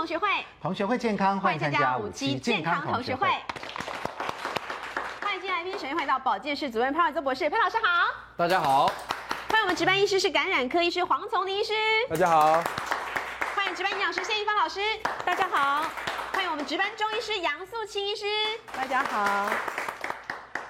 同学会健欢康，欢迎迎参参加加五五期期健健康康同同学学会会。欢迎今天来宾，首先欢迎到保健室主任潘老周博士，潘老师好。大家好，欢迎我们值班医师是感染科医师黄从林医师，大家好，欢迎值班营养师谢一芳老师，大家好。欢迎我们值班中医师杨素清医师，大家好，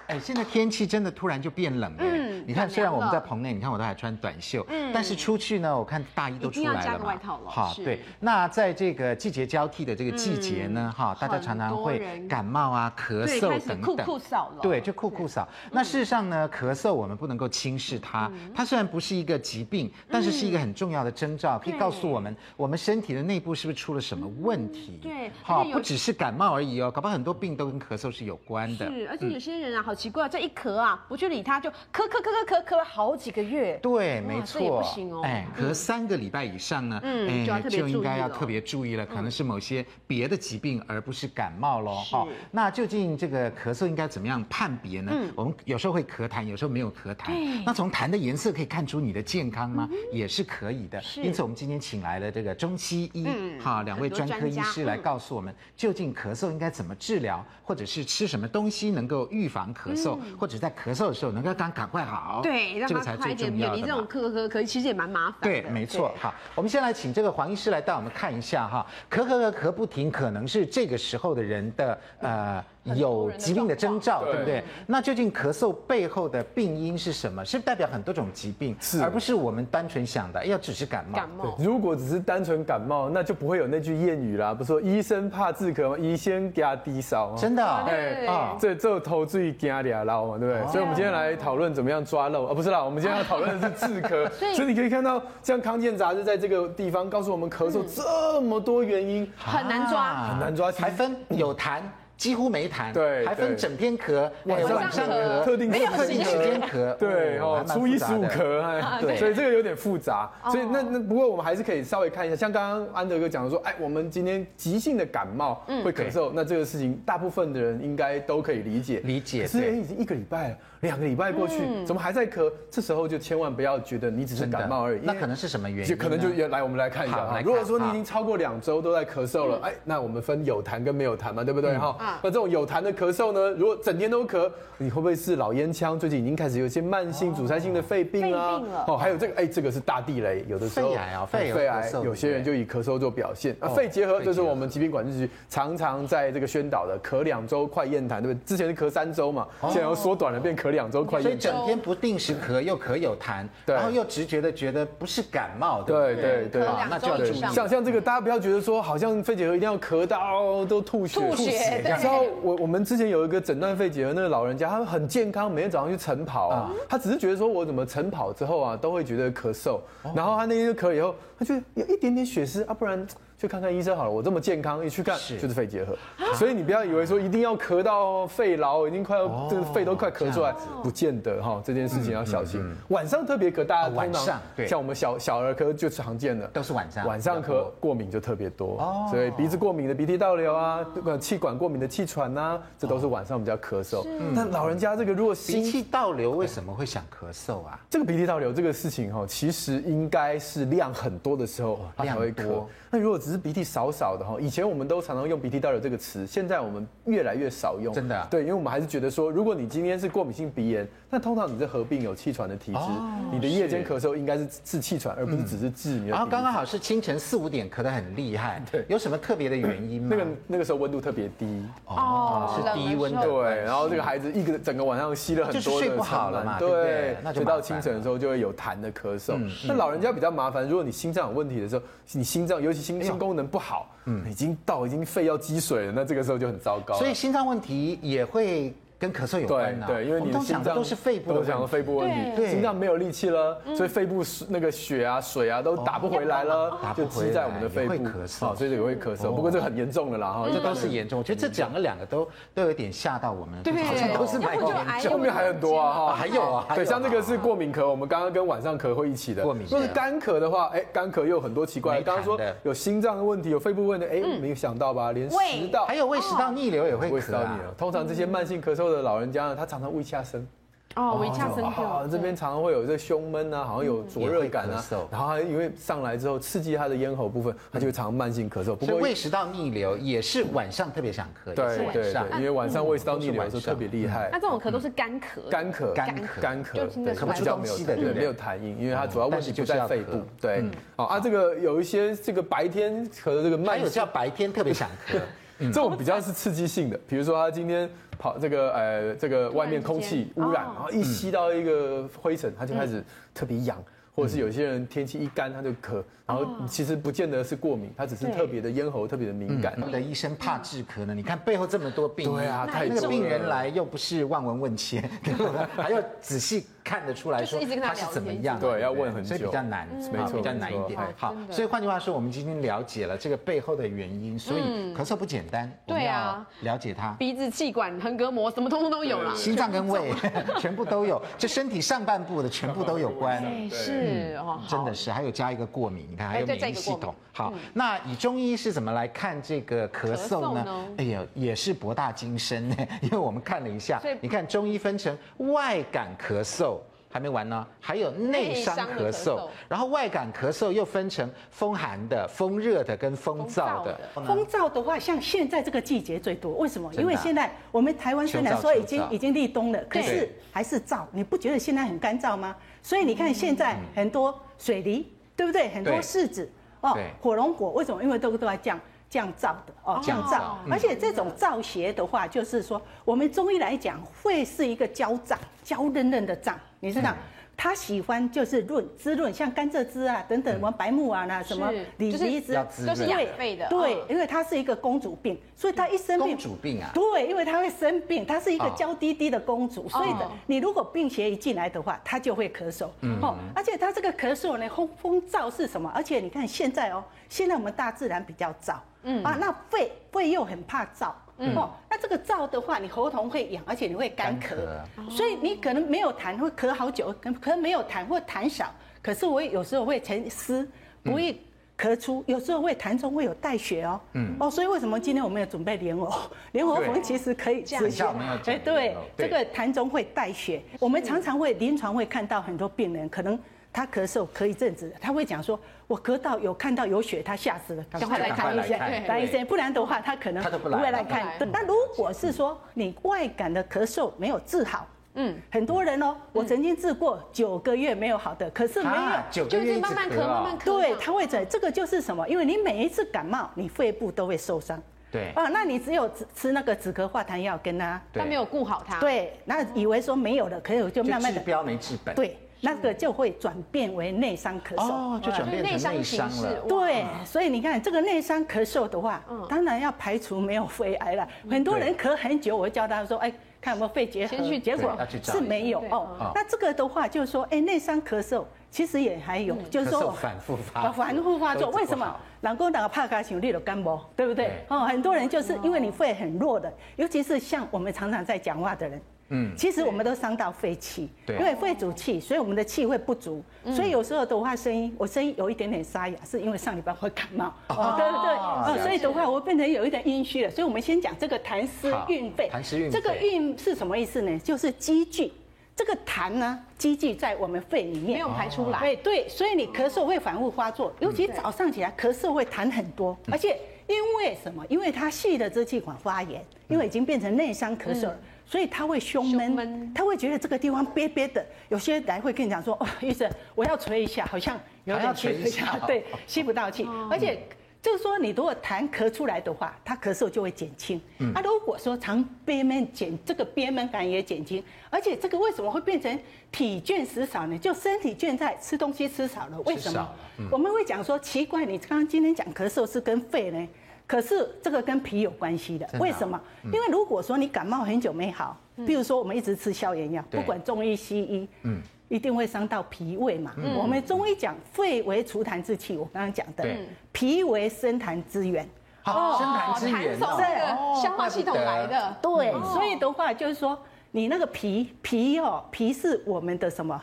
哎，现在天气真的突然就变冷了。嗯你看，转虽然凉我们了在棚内，你看我都还穿短袖，嗯但是出去呢，我看大衣都一定出要来了嘛。加个外套了好，是对。那在这个季节交替的这个季节嗯呢，哈、大家常常很会多人感冒啊、咳对，嗽开始等酷等。酷扫了，嗯对，就酷酷扫。那事实上呢，咳嗽我们不能够轻视它，它虽然不是一个疾病，但是是一个很重要的征嗯兆，可以告诉我们我们身体的内部是不是出了什么问题。嗯对而好，且有不只是感冒而已哦，搞不好很多病都跟咳嗽是有关的。是，而且有些人啊，好奇怪，这一咳啊，不去理他，就咳咳咳咳咳咳了好几个月。对，没哇这错，也不行哦哎，隔三个礼拜以上呢，嗯就要哎，特别就应该要注意了嗯特别注意了，可能是某些别的疾病，而不是感冒喽。哈是，那究竟这个咳嗽应该怎么样判别呢？嗯我们有时候会咳痰，有时候没有咳痰。那从痰的颜色可以看出你的健康吗？嗯也是可以的。因此，我们今天请来了这个中西医嗯哈两位很多专科专医家师来嗯告诉我们，究竟咳嗽应该怎么治疗，或者是吃什么东西能够预防咳嗽，或者在咳嗽的时候能够赶赶快好。嗯对，让这个他才快最一点重要远的离这嘛种咳咳咳咳，其实也蛮麻烦的。对，没错。好，我们先来请这个黄医师来带我们看一下哈，咳咳咳咳不停，可能是这个时候的人的呃有疾病的嗯征兆，对对不对？那究竟咳嗽背后的病因是什么？是不是代表很多种疾病，是而不是我们单纯想的，哎呀，只是感冒。感冒，如果只是单纯感冒，那就不会有那句谚语啦，不是说医生怕治咳吗？医生给他低烧吗？真的啊对啊，这这头最惊俩捞嘛，对不哦对？所以我们今天来讨论怎么样抓漏啊，不是啦，我们今天要讨论的是 治咳，以所以你可以看到，像康健杂志在这个地方告诉我们咳嗽嗯这么多原因，很难抓啊很难抓还分有痰。几乎没痰，对还分对整天咳，哎晚上晚上咳咳，特定没有特时间定时间啊咳，对还哦，蛮初复一十杂五的咳，哎，对所以这个有点复杂。所以那哦那不过我们还是可以稍微看一下，像刚刚安德哥讲的说，哎，我们今天急性的感冒嗯会咳嗽，那这个事情大部分的人应该都可以理解。理解可是哎，对已经一个礼拜了，两个礼拜过去，嗯怎么还在咳？这时候就千万不要觉得你只是真的感冒而已，那因为可能是什么原因就呢？可能就也来，我们来看一下好来啊。看如果说你好已经超过两周都在咳嗽嗯了，哎，那我们分有痰跟没有痰嘛，对不对哈？那这种有痰的咳嗽呢，如果整天都咳，你会不会是老烟枪？最近已经开始有一些慢性阻塞性的肺病肺啊病了，哦，还有这个，哎，这个是大地雷，有的时候肺癌啊肺有肺咳癌嗽，有些人就以咳嗽做表现。哦啊，肺结核就是我们疾病管制局常常在这个宣导的，咳两周快咽痰，对不对？之前是咳三周嘛，哦现在又缩短了，变咳两周快所以咽痰。整天不定时咳，又咳有痰，对然后又直觉的觉得不是感冒，对不对对，好那就要注两周以意上。像像这个，大家不要觉得说好像肺结核一定要咳到都吐血，吐血对你知道我我们之前有一个诊断肺结核那个老人家，他很健康，每天早上去晨跑啊，嗯他只是觉得说我怎么晨跑之后啊都会觉得咳嗽，哦然后他那天就咳以后，他觉得有一点点血丝啊，不然。去看看医生好了，我这么健康，一去看是啊就是肺结核，所以你不要以为说一定要咳到肺痨，已经快哦要这个肺都快咳出来，不见得哈，这件事情要小嗯心。晚上特别咳，大家啊晚通常上对像我们小小儿科就常见的，都是晚上晚上比较咳多过敏就特别多，哦所以鼻子过敏的鼻涕倒流啊，呃气管过敏的气喘呐，这都是晚上比较咳嗽。但老人家这个如果哦鼻心涕倒流为什么会想咳嗽啊？这个鼻涕倒流这个事情哈，其实应该是量很多的时候它才会哦量咳多。那如果只是鼻涕少少的哈，以前我们都常常用鼻涕倒流这个词，现在我们越来越少用。真的啊对，因为我们还是觉得说，如果你今天是过敏性鼻炎，那通常你是合并有气喘的体质，哦你的夜间咳嗽应该是治气喘，而不是只是治你的鼻然后子。啊刚刚好是清晨四五点咳得很厉害，对有什么特别的原因吗？ 那个那个时候温度特别低。哦是低温的，对，然后这个孩子一个整个晚上吸了很就是多睡的不好了嘛对尘螨不对对那，就所以麻烦到嗯清晨的时候就会有痰的咳嗽。那老人家比较麻烦，如果你心脏有问题的时候，你心脏尤其哎心心功能不好，已经到已经肺要积水了，那这个时候就很糟糕了。嗯所以心脏问题也会跟咳嗽有对关啊。对，因为我你们的都心想的脏都是肺部的都问想到题肺部问题，对心脏没有力气了，所以肺部那个血啊、水啊都打不回来了哦打，不就回积在我们的来也肺会部，咳嗽哦啊所以这个会咳嗽。不过这个很严重的啦，哈，这都是严重，我觉得这讲了两个都都有点吓到我们，对好像都是蛮要不就癌症严重后面还很多啊，哈、啊还有啊还有啊对，像这个是过敏咳，我们刚刚跟晚上咳会一起的。过敏咳如果是干咳的话，哎，干咳又有很多奇怪没痰的，刚刚说的有心脏的问题，有肺部问题，哎，没有想到吧，连胃食道还有胃食道逆流也会胃食咳道啊逆。流。通常这些慢性咳嗽的老人家呢，他常常胃下身。哦，维就呛生啊病，这边常常会有这胸闷啊，好像有灼热感也会啊咳嗽，然后他因为上来之后刺激他的咽喉部分，他就会常慢性咳嗽。不所以过胃食道逆流也是晚上特别想咳，也对是对晚上啊对，因为晚上胃食道逆流的时都候是晚上特别厉害那，这种咳都是干咳，干咳干咳干就咳，听得出来比较没有咳不出东西的对不对对没有痰音，因为它主要问题就在肺部嗯。对，哦啊，这个有一些这个白天咳的这个还慢有叫白天特别想 咳，这种比较是刺激性的，比如说他今天跑这个呃这个外面空气污染，哦然后一吸到一个灰尘，他就开始特别痒。或者是有些人天气一干他就咳，然后其实不见得是过敏，他只是对特别的咽喉特别的敏感。我的医生怕治咳呢。你看背后这么多病，对啊太那个重病了人来又不是望闻问切， 对吧还要仔细看得出来就说是一直跟他他是怎么聊天样啊，对要不问很所以比久较难，没啊错比较没难错一点哇。好真，的所以换句话说，我们今天了解了这个背后的原因，所以咳嗽不简单，我嗯们对要啊了解它。鼻子、气管、横膈膜，什么通通都有啦。心脏跟胃 全部都有，这身体上半部的全部都有关。哎，是哦，好嗯真的是，还有加一个过敏，你看还有哎对免疫系加一个过统敏。嗯好，那以中医是怎么来看这个咳嗽咳嗽呢呢？哎呀，也是博大精深呢， 因为我们看了一下所以，你看中医分成外感咳嗽。还没完呢，还有内内伤咳伤的咳嗽嗽，然后外感咳嗽又分成风寒的、风热的跟风燥的。风燥的话，像现在这个季节最多，为什么？真的啊因为现在我们台湾虽然说已经秋燥秋燥已经立冬了，可对是还是燥，你不觉得现在很干燥吗？所以你看现在很多水梨，对不对？很多对柿子哦对，火龙果为什么？因为都都在降降燥的哦，降燥哦，而且这种燥邪的话，就是说我们中医来讲会是一个焦胀、焦嫩嫩的胀，你知道。嗯它喜欢就是润滋润，像甘蔗汁啊等等，我们白木啊，那什么是李就是梨汁要滋都是润养肺的，对嗯，因为她是一个公主病，所以她一生病，公主病啊对，因为她会生病，她是一个哦娇滴滴的公主，所以呢哦，你如果病邪一进来的话，她就会咳嗽，嗯哦，而且她这个咳嗽呢，风风燥是什么？而且你看现在哦，现在我们大自然比较燥，嗯啊，那肺肺又很怕燥。嗯哦，那这个燥的话，你喉咙会痒，而且你会干咳，干所以你可能没有痰，会咳好久，可可能没有痰或痰少，可是我有时候会沉思，不易咳出，有时候会痰中会有带血哦。嗯。哦，所以为什么今天我们有准备莲藕？莲藕我们其实可以等止一血下我们要。讲哎，对莲藕，对这个痰中会带血，我们常常会临床会看到很多病人可能。他咳嗽咳一阵子，他会讲说：“我咳到有看到有血，他吓死了，赶快来看医赶生快来，看来医生，不然的话他可能他就不不来会来了看不来。对那如果是说你外感的咳嗽没有治好，嗯，很多人哦，我曾经治过九个月没有好的，可是没有啊，九个就月是一直慢慢咳，咳慢啊慢咳这对，样，它会在这个就是什么？因为你每一次感冒，你肺部都会受伤。对啊，那你只有吃吃那个止咳化痰药跟它。对他没有顾好它，，对，那以为说没有了，可是就慢啊就慢治的，标没治本。对，那个就会转变为内伤咳嗽。哦，就转变内成伤内形伤式了。对，所以你看这个内伤咳嗽的话嗯，当然要排除没有肺癌了。嗯很多人咳很久，我会教他说，哎，看有没有肺结核先去，结果对要去找是没有医生对嗯哦。那这个的话就是说，哎，内伤咳嗽其实也还有，就咳是说嗽我反复发啊，作，反复发作，都治为不什么好？人工打怕卡想你有感冒，对不对对？哦，很多人就是因为你肺很弱的，尤其是像我们常常在讲话的人，嗯嗯，其实我们都伤到肺气，对因为肺主气，所以我们的气会不足，所以有时候的话声音，我声音有一点点沙哑，是因为上礼拜我感冒，哦，对不对？啊了哦解，所以的话我变成有一点阴虚了，所以我们先讲这个痰湿好运肺，痰湿运这个肺运是什么意思呢？就是积聚。这个痰呢，积聚在我们肺里面，没有排出来哦哎，对，所以你咳嗽会反复发作，尤其早上起来咳嗽会痰很多，而且因为什么？因为它细的支气管发炎，因为已经变成内伤咳嗽了。所以他会胸胸闷闷，他会觉得这个地方憋憋的。有些来会跟你讲说：“哦，医生，我要捶一下，好像有还要点捶一不下下对，吸不到气，而且就是说，你如果痰咳出来的话，他咳嗽就会减轻。啊，如果说常憋闷减，这个憋闷感也减轻，而且这个为什么会变成体倦食少呢？就身体倦在吃东西吃少了，为什少么了？我们会讲说奇怪，你刚刚今天讲咳嗽是跟肺呢，可是这个跟脾有关系的真，的啊为什么？因为如果说你感冒很久没好，比如说我们一直吃消炎药，对不管中医西医，嗯。一定会伤到脾胃嘛。我们中医讲肺为除痰之气，我刚刚讲的嗯对，脾为生痰之源。哦好，生痰之源从哦那个消化系统来的，嗯对，所以的话就是说，你那个脾脾哦，脾是我们的什么？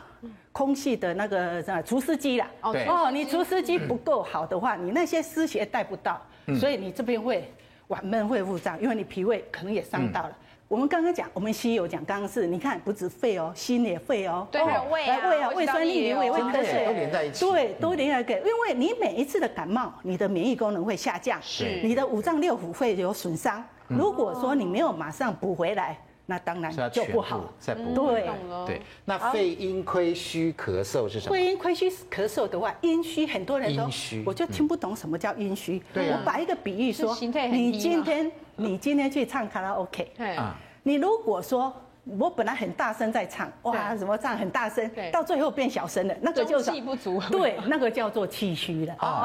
空气的那个呃除湿机啦，对哦，你除湿机不够好的话，你那些湿邪带不到，所以你这边会晚闷会腹胀，因为你脾胃可能也伤到了。我们刚刚讲，我们西医有讲，刚刚是你看不止肺哦，心也肺哦，对哦还有胃啊哎来胃啊，胃胃酸逆流，哦酸逆胃流胃真瞌的睡都连在一起嗯对，都连在一起。因为你每一次的感冒，你的免疫功能会下降，是你的五脏六腑会有损伤。如果说你没有马上补回来，那当嗯哦然是要就全不部好。再补。对，懂了对，那肺阴亏虚咳嗽是什么？会阴亏虚咳嗽的话，阴虚很多人都阴虚，我就听不懂什么叫阴虚。对啊我把一个比喻说是心态，很低嘛嗯你今天你今天去唱卡拉 OK，对啊你如果说我本来很大声在唱，哇，对怎么唱很大声对，到最后变小声了，那个中就气不足 对，那个叫做气虚了。啊，气虚。哦，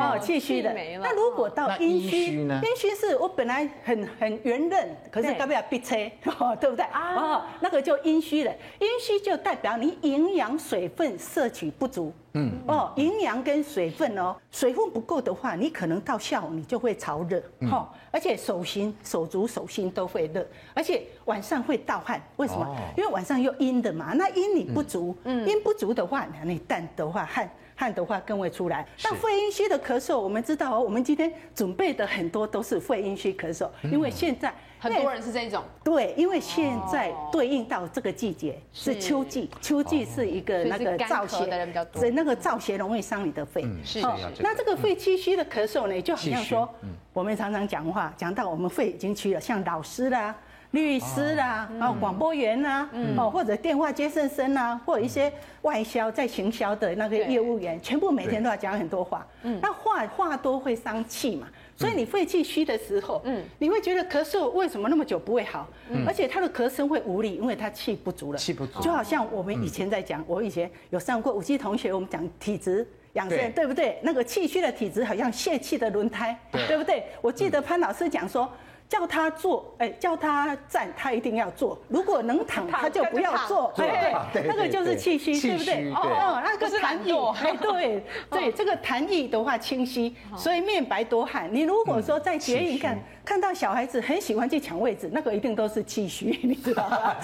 哦气虚的气没。了那如果到那阴阴虚虚呢阴虚是我本来很很圆润，可是对啊要不要逼车， 哦对不对？哦，那个就阴虚了。阴虚就代表你营养水分摄取不足。嗯，哦，营养跟水分哦，水分不够的话，你可能到下午你就会潮热，嗯哈，而且手心、手足、手心都会热，而且晚上会盗汗。为什么哦？嗯因为晚上又阴的嘛，那阴你不足，阴不足的话，你淡的话汗汗的话更会出来。是那肺阴虚的咳嗽，我们知道哦，我们今天准备的很多都是肺阴虚咳嗽，嗯因为现在很多人是这种，对，因为现在对应到这个季节是哦是哦秋季，秋季是一个那所以个是干燥咳邪的人比较多所以那个燥邪容易伤你的肺。嗯是哦要这那个这个肺气虚的咳嗽呢，就好气像虚嗯说，我们常常讲话讲到我们肺已经虚了，像老师啦。律师哦啦，嗯啊，广播员啦，哦，或者电话接线生啦，或者一些外销在行销的那个对业务员，全部每天都要讲很多话。那话话多会伤气嗯嘛，所以你肺气虚的时候，你会觉得咳嗽为什么那么久不会好？而且他的咳声会无力，因为他气不足了。气不足嗯就好像我们以前在讲，我以前有上过五期同学，我们讲体质养生对，对不对？那个气虚的体质好像泄气的轮胎，对嗯对不对？我记得潘老师讲说。叫他坐，哎，叫他站，他一定要坐。如果能躺，躺他就不要坐，他就躺哎对对对，那个就是气虚，对对不气对？虚对哦，那不是个懒痰惰液，哎， 对哦对，这个痰液的话清晰，所以面白多汗。你如果说在捷嗯气虚运看看到小孩子很喜欢去抢位置，那个一定都是气虚，你知 道吗？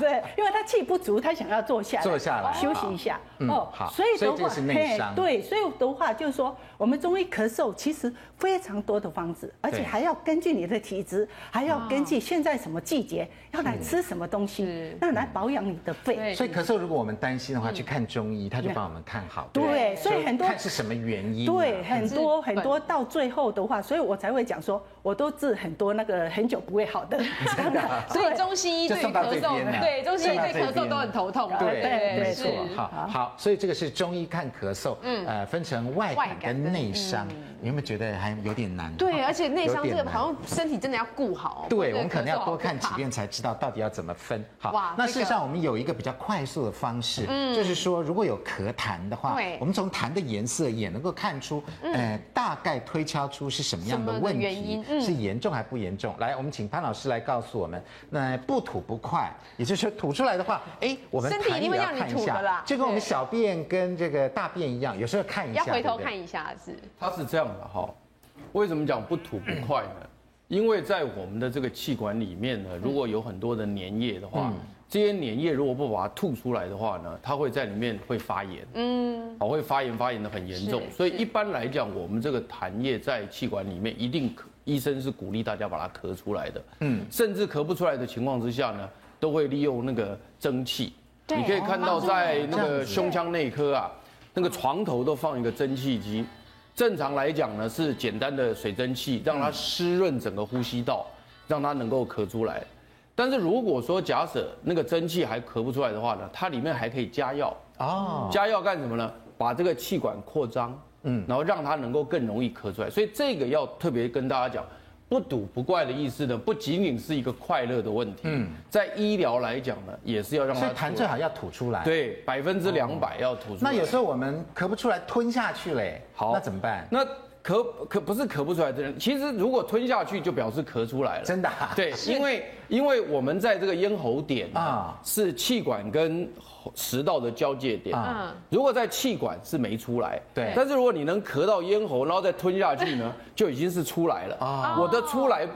对，因为他气不足，他想要坐下来，坐下来休息一下。嗯哦好，所以所以的这个话是，内伤对，所以的话就是说，我们中医咳嗽其实非常多的方子，而且对还要根据你的体质，还要根据现在什么季节要来吃什么东西是，那来保养你的对肺。所以咳嗽，如果我们担心的话，去看中医，他就帮我们看好。不对，所以很多看是什么原因啊。对，很多治本很多到最后的话，所以我才会讲说，我都治很多那个很久不会好 的。真的，所以中西医就对于送到咳这边了嗽，对中西医对送到咳这边嗽都很头痛，啊对，没呃是错，好好，所以这个是中医看咳嗽，嗯，呃，分成外外感感跟跟内伤，你有没有觉得还有点难？对，而且内伤有这点个难好像身体真的要顾好，对，不然我们可能咳要嗽多看好可几怕遍才知道到底要怎么分。好哇，那这事个嗯实上我们有一个比较快速的方式，就是说如果有咳痰的话对，嗯我们从痰的颜色也能够看出，呃，大概推敲出是什么样的什么问原因嗯题，是严重还不严重。来，我们请潘老师来告诉我们，那不吐不快，也就是说吐出来的话，哎，我们身体痰一定也会要让你看一吐的下啦，就跟我们对小便跟这个大便一样，有时候看一下，要回头对不对看一下子，它是这样的哈、为什么讲不吐不快呢？因为在我们的这个气管里面呢，如果有很多的粘液的话，这些粘液如果不把它吐出来的话呢，它会在里面会发炎，嗯，好会发炎，发炎的很严重。是所以一般来讲，我们这个痰液在气管里面一定咳，医生是鼓励大家把它咳出来的，嗯，甚至咳不出来的情况之下呢，都会利用那个蒸汽，对你可以看到在那这样个子胸腔内科啊，那个床头都放一个蒸汽机。正常来讲呢，是简单的水蒸气，让它湿润整个呼吸道，让它能够咳出来。但是如果说假设那个蒸汽还咳不出来的话呢，它里面还可以加药，哦，加药干什么呢？把这个气管扩张，嗯，然后让它能够更容易咳出来。所以这个要特别跟大家讲，不堵不怪的意思呢，不仅仅是一个快乐的问题，嗯，在医疗来讲呢，也是要让它所以出来痰最好要吐出来。。对百分之两百要吐出那来。有时候我们咳不出来，吞下去嘞，好，那怎么办？那咳咳不是咳不出来的人，其实如果吞下去就表示咳出来了，真的啊 对，因为因为我们在这个咽喉点啊啊，是气管跟喉食道的交界点啊啊。如果在气管是没出来，对但是如果你能咳到咽喉，然后再吞下 去呢，就已经是出来了啊啊。我的出来不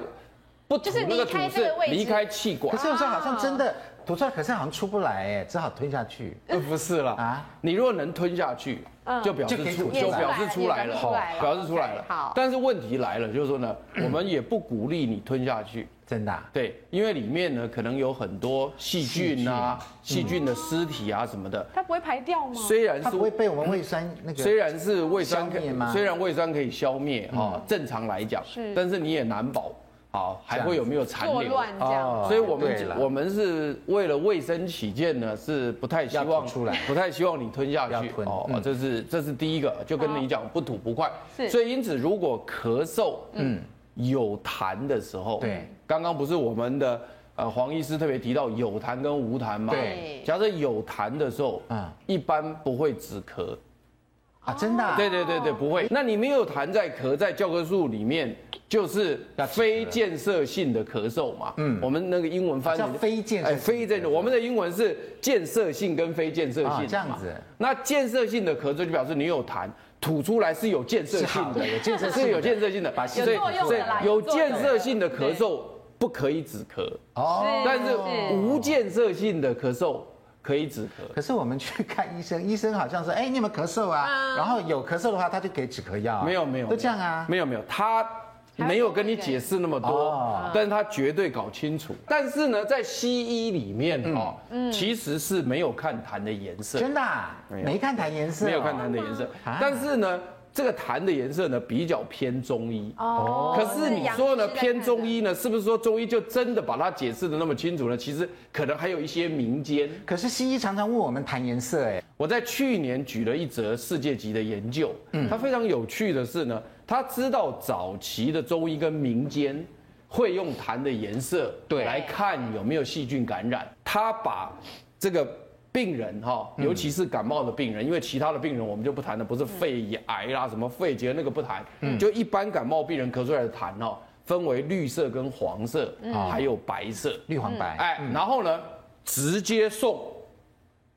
不就是吐那个离吐开这是个位置离开气管可，是有时候好像真的吐出来，可是好像出不来哎，只好吞下去呃，不是啦，啊。你如果能吞下去，嗯就表示就可以出，吐出就来表示出来也了，出来了表示出来了。 OK，好但是问题来了，就是 说呢，我们也不鼓励你吞下去，真的啊、对，因为里面呢可能有很多细菌啊、细菌的尸体啊什么的。它不会排掉吗？虽然嗯它是不会被我们胃酸那个。虽然是胃酸可消灭吗嗯虽然胃酸可以消灭啊，正常来讲，是但是你也难保啊，还会有没有残作留？乱嗯这样。哦啊所以我们对了我们是为了卫生起见呢，是不太希要望吐出来不太希望你吞下要去吞哦嗯，这是这是第一个，就跟你讲不吐不快是。所以因此，如果咳嗽，嗯，有痰的时候，对，刚刚不是我们的呃黄医师特别提到有痰跟无痰吗？对假设有痰的时候，嗯嗯，一般不会止咳，啊，真的、啊，对对对对，不会。那你没有痰在咳，在教科书里面就是非建设性的咳嗽嘛。嗯，我们那个英文翻译叫非建设性哎非建设。我们的英文是建设性跟非建设性的嘛啊这样子。那建设性的咳嗽就表示你有痰。吐出来是有建设是性好的，的有建设性的是有建设性的，把细所菌以有作用的所以啦有有作用建的设性的咳嗽不可以止咳，哦。但是是无建设性的咳嗽可以止咳。可是我们去看医生，医 生好像说，哎，你有没有咳嗽啊？然后有咳嗽的话，他就给止咳药啊、没有没有，都这样啊。没有没有，他没有跟你解释那么哦多，但是他绝对搞清楚。但是呢，在西医里面嗯哦，其实是没有看痰的颜色，真的、啊，没有没看痰颜色哦、没有看痰的颜色啊，但是呢，这个痰的颜色呢比较偏中医。哦可是你说呢，偏中医医呢，是不是说中医就真的把它解释的那么清楚呢？其实可能还有一些民间。可是西医常常问我们痰颜色，哎，我在去年举了一则世界级的研究，它非常有趣的是呢，他知道早期的中医跟民间会用痰的颜色对来看有没有细菌感染，他把这个。病人哈，尤其是感冒的病人，因为其他的病人我们就不谈了，不是肺癌啦、什么肺结那个不谈，就一般感冒病人咳出来的痰哦，分为绿色跟黄色，还有白色。绿黄白，哎，然后呢，直接送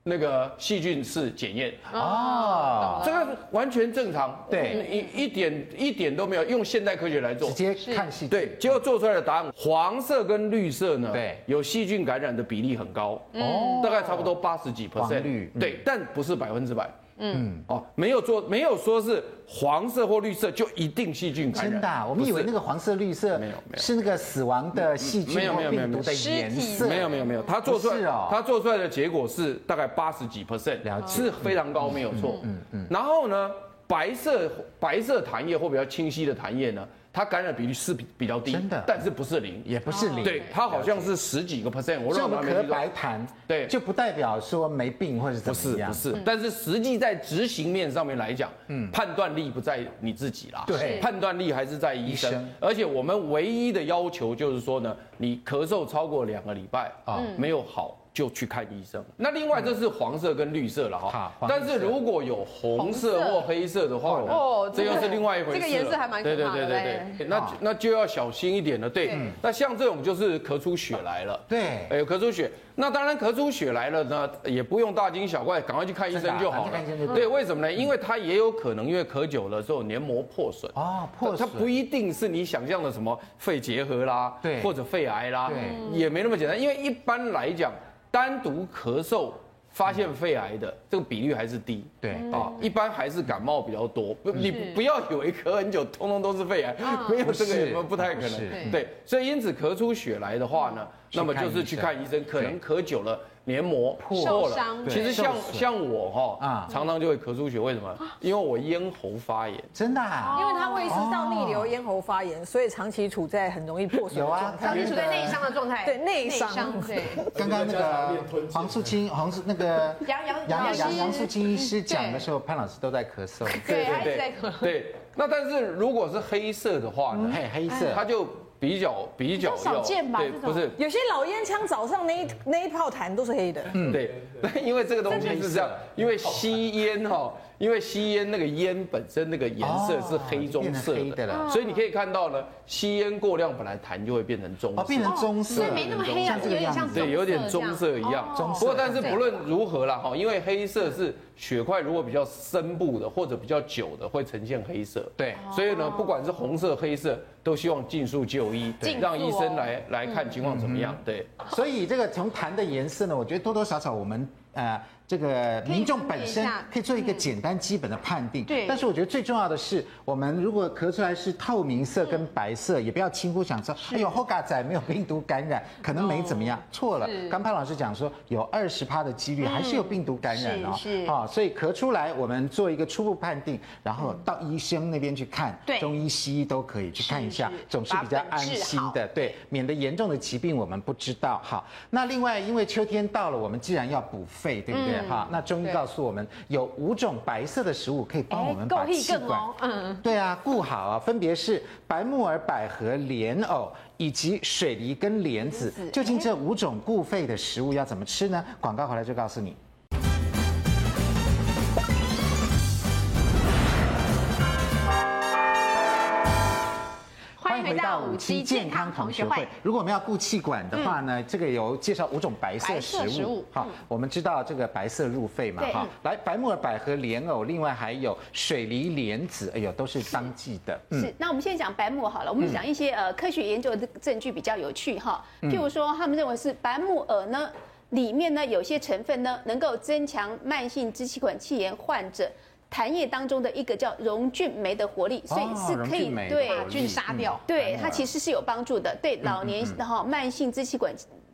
那个细菌室检验，哦，这个完全正常，嗯对，一一点一点都没有用现代科学来做直。接看细菌，对，结果做出来的答案，黄色跟绿色呢，对有细菌感染的比例很高，哦，大概差不多八十几 percent，黄绿嗯对，但不是百分之百，嗯，哦，没有做，没有说是黄色或绿色就一定细菌感染，真的啊、我们不是以为那个黄色、绿色没有没有是那个死亡的细没菌有或没有没有病毒的没有颜尸体色，没有没有没有，他做出不来是哦，他做出来的结果是大概八十几 percent，了解是非常高，没有错。嗯嗯。然后呢，白色白色痰液或比较清晰的痰液呢，它感染比率是比比较低，真的但是不是零，也不是零，对，它好像是十几个 percent，我所以我让他们没咳听说白痰，对就不代表说没病或者怎不是么样，不嗯是，但是实际在执行面上面来讲，嗯，判断力不在你自己啦，对是判断力还是在医医生生。而且我们唯一的要求就是说呢，你咳嗽超过两个礼拜啊，嗯没有好就去看医生。那另外这是黄色跟绿色了哈嗯好，黄但是绿色如果有红色红色或黑色的话呢，哦这这个又是另外一回事这了。个颜色还蛮可怕的对对对对对，那那就要小心一点了。对对，那像这种就是咳出血来了。对哎，咳出血，那当然咳出血来了呢，也不用大惊小怪，赶快去看医生就好真的啊赶快看医生了。就对，为什么呢？因为它也有可能因为咳久了之后黏膜破损。哦，破它损它不一定是你想象的什么肺结核啦，对或者肺癌啦，对也没那么简单。因为一般来讲，单独咳嗽发现肺癌的这个比率还是低。嗯对嗯啊，嗯一般还是感冒比较多。不，你不不要以为咳很久，通通都是肺癌， 没有不这个是嗯也不不太可不是能。对，所以因此咳出血来的话呢，去那么看就是医去生看医生，可能咳久了黏膜破受了伤。其实对像受损像我哈啊，常常就会咳出血，为什么？因为我咽喉发炎。真的、啊，因为它胃食道逆流、咽喉发炎，所以长期处在很容易破损的哦有啊状态。长期处在内伤的状态，对内伤对，刚刚那个黄素清，黄素那个杨杨杨杨杨医杨素清医师对讲的时候，潘老师都在咳嗽，对，他一直哎在对咳。 对，那但是如果是黑色的话呢，嘿，黑色它，就比较比较嗯比较少要见吧对，这种不是有些老烟枪早上那一嗯那一泡痰都是黑的，对，因为这个东西是这样，因为吸烟哈、因为吸烟那个烟本身那个颜色是黑棕色哦变成黑的了所以你可以看到呢，吸烟过量本来痰就会变成棕色，哦，变成棕色，所以没那么黑啊，像就这有点像棕个样子。对，有点棕色一样。这样不过，但是不论如何啦，哈，因为黑色是血块，如果比较深部的或者比较久的，会呈现黑色。对所以呢，不管是红色、黑色，都希望尽速就医，尽速哦让医生来来看情况怎么样。对，所以这个从痰的颜色呢，我觉得多多少少我们呃这个民众本身可以分辨一下嗯可以做一个简单基本的判定。对但是我觉得最重要的是，我们如果咳出来是透明色嗯跟白色，也不要轻忽想说，哎呦，后嘎仔没有病毒感染，可能没怎么样。错了，哦是嗯刚潘老师讲说有二十趴的几率还是有病毒感染哦。是是好、所以咳出来我们做一个初步判定，然后到医生那边去看，嗯对中医西医都可以去看一下是，总是比较把安本治心好的。呃对，免得严重的疾病我们不知道。好，那另外因为秋天到了，我们既然要补肺，对不嗯对？哎哈，那中医告诉我们有五种白色的食物可以帮我们把够气更管哦，嗯，对啊，顾好啊，分别是白木耳、百合、莲藕以及水梨跟莲子。哎究竟这五种固肺的食物要怎么吃呢？广告回来就告诉你。欢迎回到五期健康同学会。。如果我们要顾气管的话嗯呢，这个有介绍五种白色白食色物。食物好，我们知道这个白色入肺嘛，哈。来，白木耳、百合、莲藕，另外还有水梨、莲子，哎呦，都是当季的。嗯，是，那我们现在讲白木好了，我们讲一些、呃科学研究的证据比较有趣哈。嗯譬如说，他们认为是白木耳呢里面呢有些成分呢能够增强慢性支气管气炎患者痰液当中的一个叫溶菌酶的活力，所以哦是溶可以、菌酶的对活力把菌杀掉对白木它耳其实是有帮助的，对老年嗯哈、慢性支气管。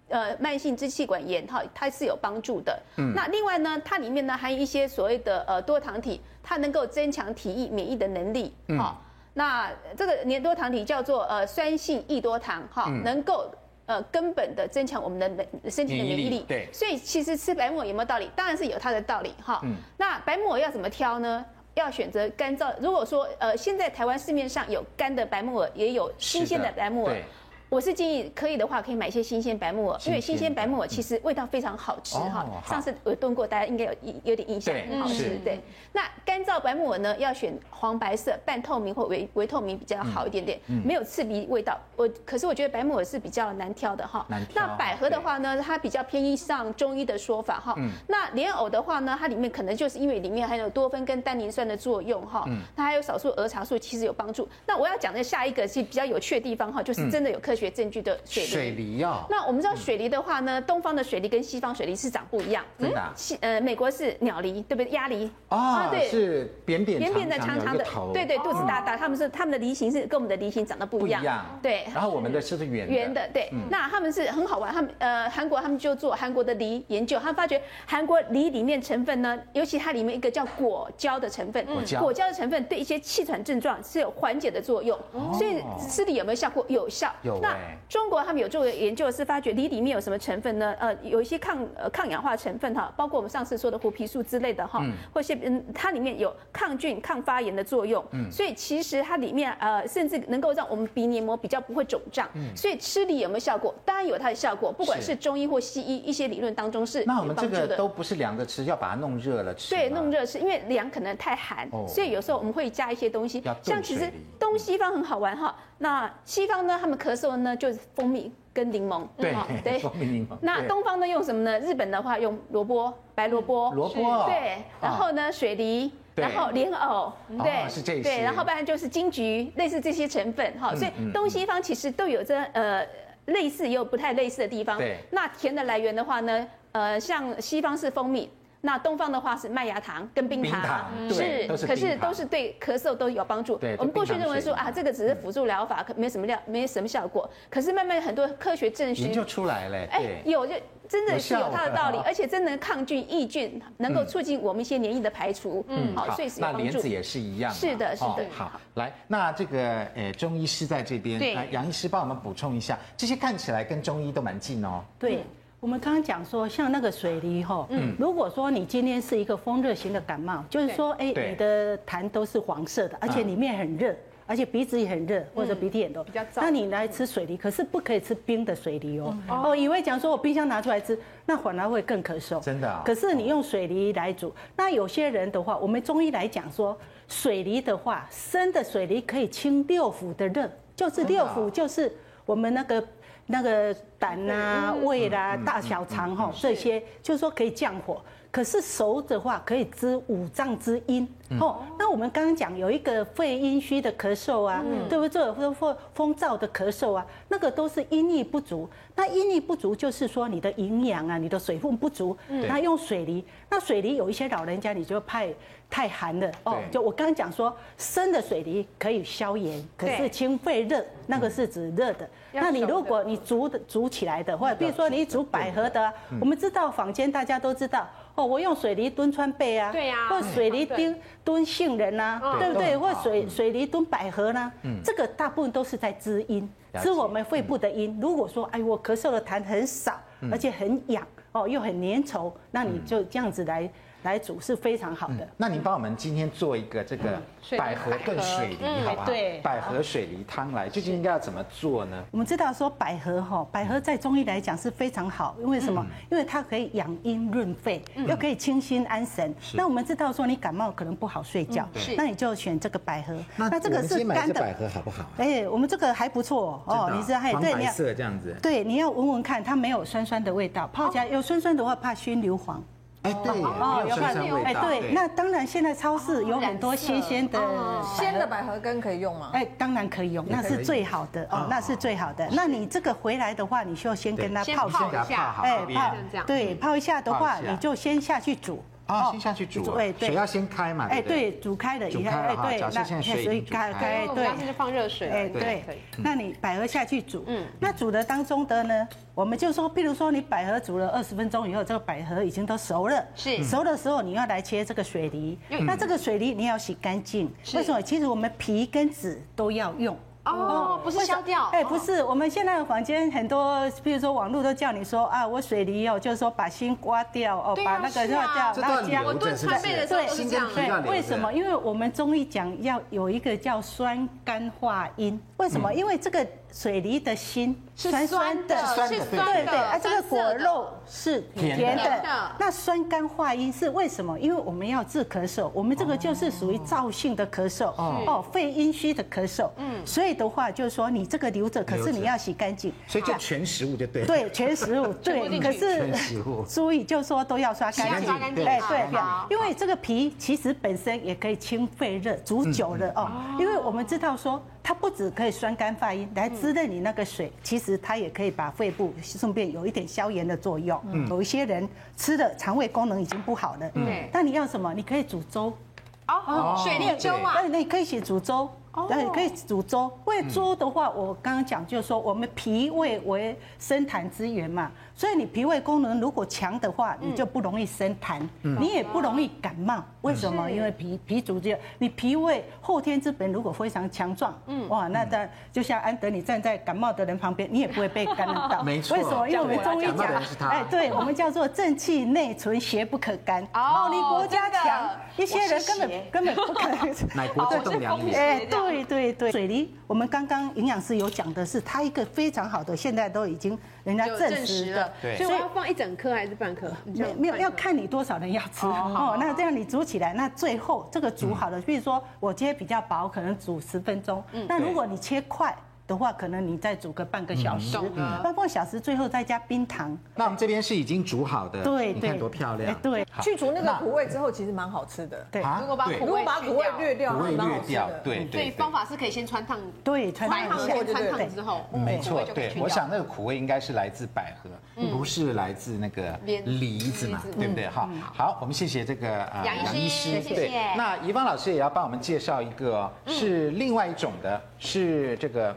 呃，慢性支气管炎哈，它是有帮助的。那另外呢，它里面呢含有一些所谓的呃多糖体，它能够增强体液免疫的能力嗯哈、那这个黏多糖体叫做呃酸性异多糖哈、能够呃根本的增强我们的免身体的免疫免疫力力。对所以其实吃白木耳有没有道理？当然是有它的道理哈。那白木耳要怎么挑呢？要选择干燥。如果说呃，现在台湾市面上有干的白木耳，也有新鲜的白木耳对。我是建议可以的话，可以买一些新鲜白木耳，因为新新鲜鲜的白木耳其实味道非常好吃哦哈。好上次我炖过，大家应该有有有点印象，对很好吃是。对，那干燥白木耳呢，要选黄白色、半透明或微微透明比较好一点点，嗯没有刺鼻味道。我可是我觉得白木耳是比较难挑的哈。难挑那百合的话呢，它比较偏向中医的说法嗯哈。那莲藕的话呢，它里面可能就是因为里面含有多酚跟单宁酸的作用哈，嗯它还有少数儿茶素其实有帮助。那我要讲的下一个是比较有趣的地方哈，就是真的有科学证据的水嗯水梨。梨哦，那我们知道水梨的话呢，东方的水梨跟西方水梨是长不一样。真的啊西呃，美国是鸟梨，对不对？鸭梨啊，对，是扁扁扁扁的、长长长有长一个的头，，嗯对对，肚子大大，他们是他们的梨形是跟我们的梨形长得不一样，不一样对，然后我们的是不是圆的嗯圆的，对。那他们是很好玩，他们呃，韩国他们就做韩国的梨研究，他们发觉韩国梨里面成分呢，尤其它里面一个叫果胶的成分，胶果胶的成分对一些气喘症状是有缓解的作用，所以吃梨有没有效果？有效。哦有那欸中国他们有做个研究，是发觉梨里面有什么成分呢？呃，有一些抗呃抗氧化成分哈，包括我们上次说的胡皮素之类的哈，或一些嗯，它里面有抗菌、抗发炎的作用。嗯所以其实它里面呃，甚至能够让我们鼻黏膜比较不会肿胀。所以吃梨有没有效果？当然有它的效果，不管嗯是是中医或西医，一些理论当中是有那我们帮这助个的。都不是凉着吃，要把它弄热了吃吗。对，弄热吃，因为凉可能太寒哦，所以有时候我们会加一些东西要。炖像其水实梨东西方很好玩哈，那西方呢，他们咳嗽呢就是蜂蜜跟柠檬，对嗯哦对对， 蜂蜜柠檬那对东方呢用什么呢？日本的话用萝卜、白萝卜，萝卜哦对，然后呢水梨。对哦然后莲藕，对，是这些嗯对，然后不然就是金桔，类似这些成分哈，所以东西方其实都有这呃类似又不太类似的地方。对那甜的来源的话呢，呃，像西方是蜂蜜，那东方的话是麦芽糖跟冰冰糖糖，对都是可是冰糖都是对咳嗽都有帮助对。我们过去就冰糖认为说水啊，这个只是辅助疗法，可没什么料，没什么效果。可是慢慢很多科学证研据究出来了，哎，对，有就真的是有它的道理有效，啊嗯而且真能抗菌抑菌，能够促进我们一些黏液的排除，嗯，好，所以是有那帮莲助子。也是一样嘛，是的是的哦好，来，那这个呃，中医师在这边，对来，杨医师帮我们补充一下，这些看起来跟中医都蛮近哦。对，我们刚刚讲说，像那个水梨哈，嗯嗯如果说你今天是一个风热型的感冒，就是说，哎，对嗯你的痰都是黄色的，而且里面很热，而且鼻子也很热，嗯或者鼻涕很多，比较燥那你来吃水梨，可是不可以吃冰的水梨哦。嗯哦，以为讲说我冰箱拿出来吃，那反而会更咳嗽。真的啊可是你用水梨来煮，那有些人的话，我们中医来讲说，水梨的话，生的水梨可以清六腑的热，就是六腑就是我们那个。那个胆嗯啊、胃啦、大小肠哈，这些就是说可以降火。可是熟的话，可以滋五脏之阴哦。那我们刚刚讲有一个肺阴虚的咳嗽啊，对不对？或或风燥的咳嗽啊，那个都是阴力不足。那阴力不足就是说你的营养啊，你的水分不足。那用水梨，那水梨有一些老人家你就怕太寒了哦。对就我刚刚讲说，生的水梨可以消炎，可是对清肺热，那个是指热的。那你如果你煮的煮起来的，或者比如说你嗯煮百合的啊，我们知道坊间大家都知道。哦，我用水泥蹲川贝啊，对嗯啊或水泥蹲蹲杏仁呐、啊，对不对？嗯或水水泥蹲百合啦、这个大部分都是在滋阴，了解滋我们肺部的阴。如果说，哎，我咳嗽的痰很少，而且很痒，哦，又很粘稠，那你就这样子来来煮是非常好的。那您帮我们今天做一个这个水梨百合炖水梨，好不好？对百合水梨汤来，究竟应该要怎么做呢？我们知道说百合哈，百合在中医来讲是非常好，因为什嗯么？因为它可以养阴润肺，又可以清心安神。那我们知道说你感冒可能不好睡觉，嗯那你就选这个百合。这个是干的，合好不好？啊哎，我们这个还不错哦，你知道还黄对，你白要哦色这样子。对你要闻闻看，它没有酸酸的味道，泡起来有酸酸的话怕熏硫磺。哦哎，对，没有酸酸味道。哎对，那当然现在超市有很多新鲜的鲜的百合根可以用哦吗？哎，当然可以用，那是最好的哦，那是最好的。那你这个回来的话，你就先跟它对泡先水哎给。它泡好，这泡边这样对，泡一下的话，泡一下你就先下去煮。啊，哦先下去煮啊，对水对要，先开嘛，哎对不对对，，煮开了以煮后，开了哎哈对，假设现在水已所以经煮开开开我对们，当时就放热水了，哎对对，，那你百合下去煮，嗯那煮的当中的呢，我们就说，譬如说你百合煮了二十分钟以后，这个百合已经都熟了，是嗯熟的时候你要来切这个水梨，那这个水梨你要洗干净，为什么？其实我们皮跟籽都要用。哦，不是消掉，哎，不是，我们现在房间很多，比如说网络都叫你说啊，我水梨哦，就是说把心刮掉哦，对啊把那个是啊刮掉，这都要留着，是不我炖川贝的是？时候都是这样对要留着为什么？因为我们中医讲要有一个叫酸甘化阴，为什么？因为这个水梨的心是酸的，酸的是对酸对对，的，啊，这个酸涩果的肉是甜的甜甜的的。那酸甘化阴是为什么？因为我们要治咳嗽，我们这个就是属于燥性的咳嗽，嗯哦，肺阴虚的咳嗽。嗯，所以的话就是说，你这个留着，可留是着你要洗干净。所以就全食物就对了。对，全食物，部对，进可去全是食物 注意，就说都要刷干洗净，干净对哎洗干对净表，因为这个皮其实本身也可以清肺热，煮久了嗯哦，因为我们知道说它不止可以酸甘发阴来滋润你那个嗯水，其实它也可以把肺部顺便有一点消炎的作用。嗯有一些人吃了肠胃功能已经不好了，对那你要什么？你可以煮粥。哦，水对莲粥啊，那你可以一起煮粥，哦对，可以煮粥。嗯为粥的话，我刚刚讲就是说，我们脾胃为生痰之源嘛，所以你脾胃功能如果强的话，你就不容易生痰，嗯你也不容易感嗯冒。为什么？因为脾脾主就你脾胃后天之本如果非常强壮，嗯哇，那当然就像安德，你站在感冒的人旁边，你也不会被感染 到。没错为什么？因为我们中医讲讲的人是他，哎，对我们叫做正气内存，邪不可干。哦哦，你国家真的强，一些人根本我是邪根本不 可能。乃国之栋梁也。哎，对对对，水梨，我们刚刚营养师有讲的是，它一个非常好的，现在都已经人家有证证实实的了，，对所以我要放一整颗还是半颗？你这样没没有半颗要看你多少人要吃哦。那这样你煮起来，那最后这个煮好了，比如说我今天比较薄，可能煮十分钟，那如果你切块。的话，可能你再煮个半个小时，懂了半个小时最后再加冰糖，那我们这边是已经煮好的，对你对，看多漂亮哎。对，去除那个苦味之后，其实蛮好吃的。对啊如果把对苦如果把苦味略掉，不会蛮好略吃掉的。，对所以对对。方法是可以先穿烫，对，穿穿烫上先对穿对烫之后，没苦错味，就可以对去，掉我想那个苦味应该是来自百合，不是来自那个莲梨子嘛，对不对？哈，嗯好，我们谢谢这个呃杨医师谢谢对，那怡芳老师也要帮我们介绍一个哦，是另外一种的，是这个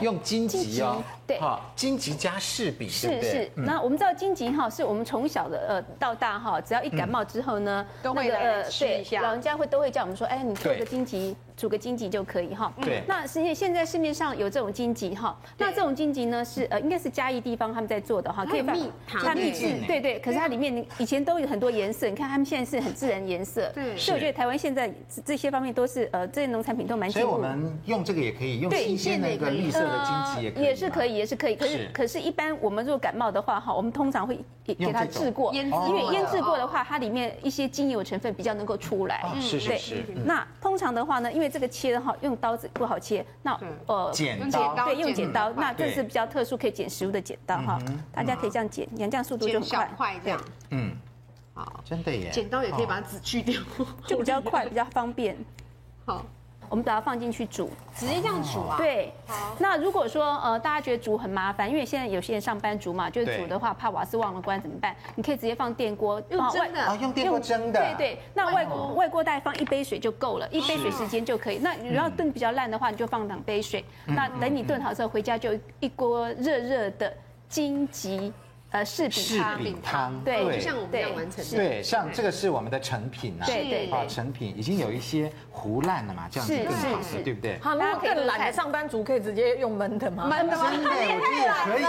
用荆棘哦，对哈，荆棘加柿饼，对是不对？嗯是，那我们知道荆棘哈，是我们从小的呃到大哈，只要一感冒之后呢，嗯都会那个来呃吃一对下老人家会都会叫我们说，哎，你做对个荆棘，煮个荆棘就可以哈。对那实际现在市面上有这种荆棘哈，那这种荆棘呢是呃应该是嘉义地方他们在做的哈，可以放蜜糖它蜜对制对，对对，可是它里面以前都有很多颜色，你看他们现在是很自然颜色，对所以我觉得台湾现在这这些方面都是呃这些农产品都蛮所进以步的。我们用这个也可以，用对新鲜的一个绿色的荆棘也可以，呃也是可以，。也是可以。可是是可是，一般我们如果感冒的话，哈，我们通常会给用给它这种治过，腌制因为过的腌制过的话，它里面一些精油成分比较能够出来。嗯哦，是是对是，那通常的话呢，因为这个切的话，用刀子不好切，那呃剪用剪刀刀对，用剪刀，剪那这对是比较特殊，可以剪食物的剪刀哈，大家可以这样剪，你看这样速度剪就很小快，块这样，嗯，好，真的耶，哦剪刀也可以把籽去掉，就比 较快，比较方便。好，我们把它放进去煮，直接这样煮啊，对，那如果说呃大家觉得煮很麻烦，因为现在有些人上班族嘛，就是对煮的话怕瓦斯忘了关怎么办？你可以直接放电锅，用啊蒸外的啊，用电锅蒸的，对对，那外锅外锅袋放一杯水就够了，一杯水时间就可以。那你嗯要炖比较烂的话，你就放两杯水。那等你炖好之后，回家就一锅热热的荆棘呃柿饼柿汤。饼汤，对就像我们这样完成的，对，像这个是我们的成品啊，对对啊，对成品已经有一些糊烂了嘛，这样子是更好是了，是对不对？好，如果更懒的上班族可以直接用焖的吗？焖 的真的，我觉得也可以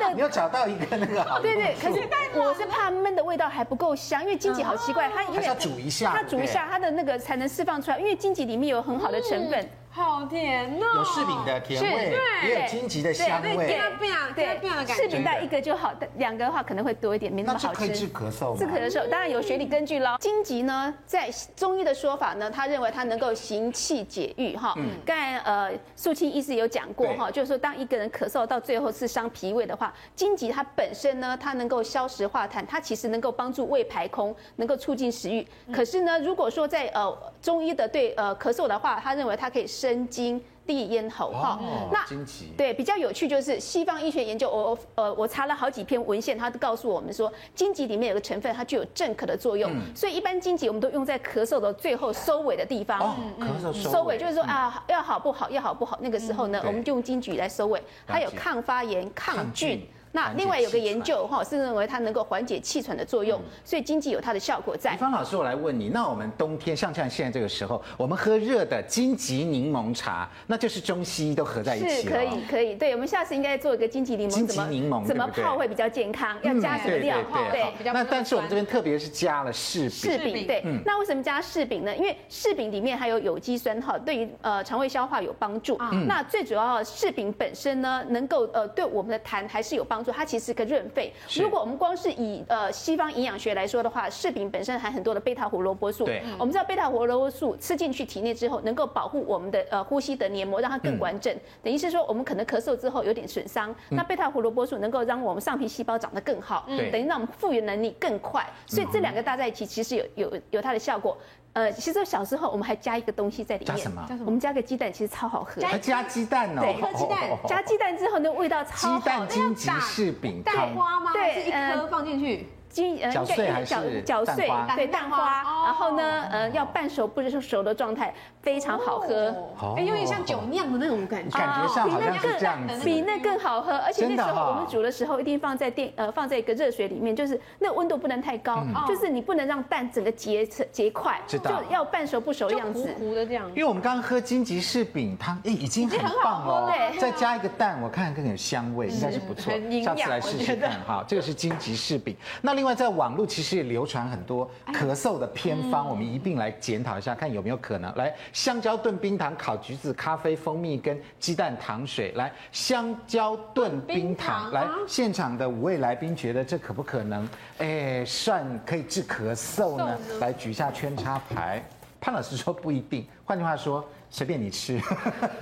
耶，你要找到一个那个好，对对，可是我是怕焖的味道还不够香，因为荆棘好奇怪，它因还为是要煮一下，它煮一下，它的那个才能释放出来，因为荆棘里面有很好的成嗯分。好甜哦，对不对，有柿饼的甜味，对也有荆棘的香对，给味它，变啊，给它对变的，感柿饼觉，带一个就好，但两个的话可能会多一点，没那那么这好可以吃治。咳嗽吗？这可能是当然有学理根据喽。荆棘呢，在中医的说法呢，他认为它能够行气解郁哈。刚才呃，素清医师有讲过嗯对哈，就是说当一个人咳嗽到最后是伤脾胃的话，荆棘它本身呢，它能够消食化痰，它其实能够帮助胃排空，能够促进食欲。嗯可是呢，如果说在呃中医的对呃咳嗽的话，他认为它可以生津利咽喉哈。哦，那荆棘，对，比较有趣就是西方医学研究，我我呃我查了好几篇文献，它都告诉我们说，荆棘里面有个成分，它具有镇咳的作用，嗯所以一般荆棘我们都用在咳嗽的最后收尾的地方。哦，咳嗽嗯收尾就是说嗯啊，要好不好，要好不好。那个时候呢，对我们就用金桔来收尾。还有抗发炎、抗抗菌菌。那缓解另外有个气嗯研究哈，是认为它能够缓解气喘的作用，所以金桔有它的效果在李。芳老师，我来问你，那我们冬天像像现在这个时候，我们喝热的荆棘柠檬茶，那就是中西医都合在一是起了哦可以，可以，对，我们下次应该做一个荆棘柠荆檬，棘怎么柠檬怎么对不对泡会比较健康，要嗯加什么对料对？对，好对，那但是我们这边特别是加了柿饼，柿饼对，那为什么加柿饼呢？因为柿饼里面含有有机酸哈，对于呃肠胃消化有帮助。那最主要柿饼本身呢，能够呃对我们的痰还是有帮助，它其实是个润肺。是如果我们光是以呃西方营养学来说的话，柿饼本身含很多的贝塔胡萝卜素。对我们知道贝塔胡萝卜素吃进去体内之后，能够保护我们的呃呼吸的黏膜，让它更完整。嗯等于是说，我们可能咳嗽之后有点损伤，那贝塔胡萝卜素能够让我们上皮细胞长得更好，对嗯等于让我们复原能力更快。所以这两个搭在一起，其实有有有它的效果。呃，其实小时候我们还加一个东西在里面，加什么加我们加个鸡蛋，其实超好喝。还加鸡蛋哦，对哦鸡蛋哦哦加鸡蛋之后呢，味道超好。鸡蛋荆棘柿饼蛋汤，花吗？对还是一颗放进去，金呃搅碎应该还是搅搅蛋碎花对蛋蛋花花，哦然后呢呃要半熟不是熟的状态，非常好喝。哦哎，有点像酒酿的那种感觉，感觉上好像是这样哦比子。那更好喝，而且真那的时候哈我们煮的时候一定放在电呃放在一个热水里面，就是那温度不能太高，哦就是你不能让蛋整个结成结块，嗯知就道要半熟不熟的就样糊子。糊的这样因。为我们刚刚喝荆棘柿饼汤，哎，嗯已经很棒哦已经很好喝。了 再加一个蛋，我看更有香味，应该是不错很营。下养次来试试看哈。这个是荆棘柿饼。那另外在网络其实也流传很多咳嗽的偏方，我们一并来检讨一下，看有没有可能。来，香蕉炖冰糖、烤橘子、咖啡、蜂蜜跟鸡蛋糖水。来，香蕉炖冰冰糖。糖来啊，现场的五位来宾觉得这可不可能？哎，算可以治咳嗽呢？来举一下圈插牌。潘老师说不一定，换句话说，随便你吃。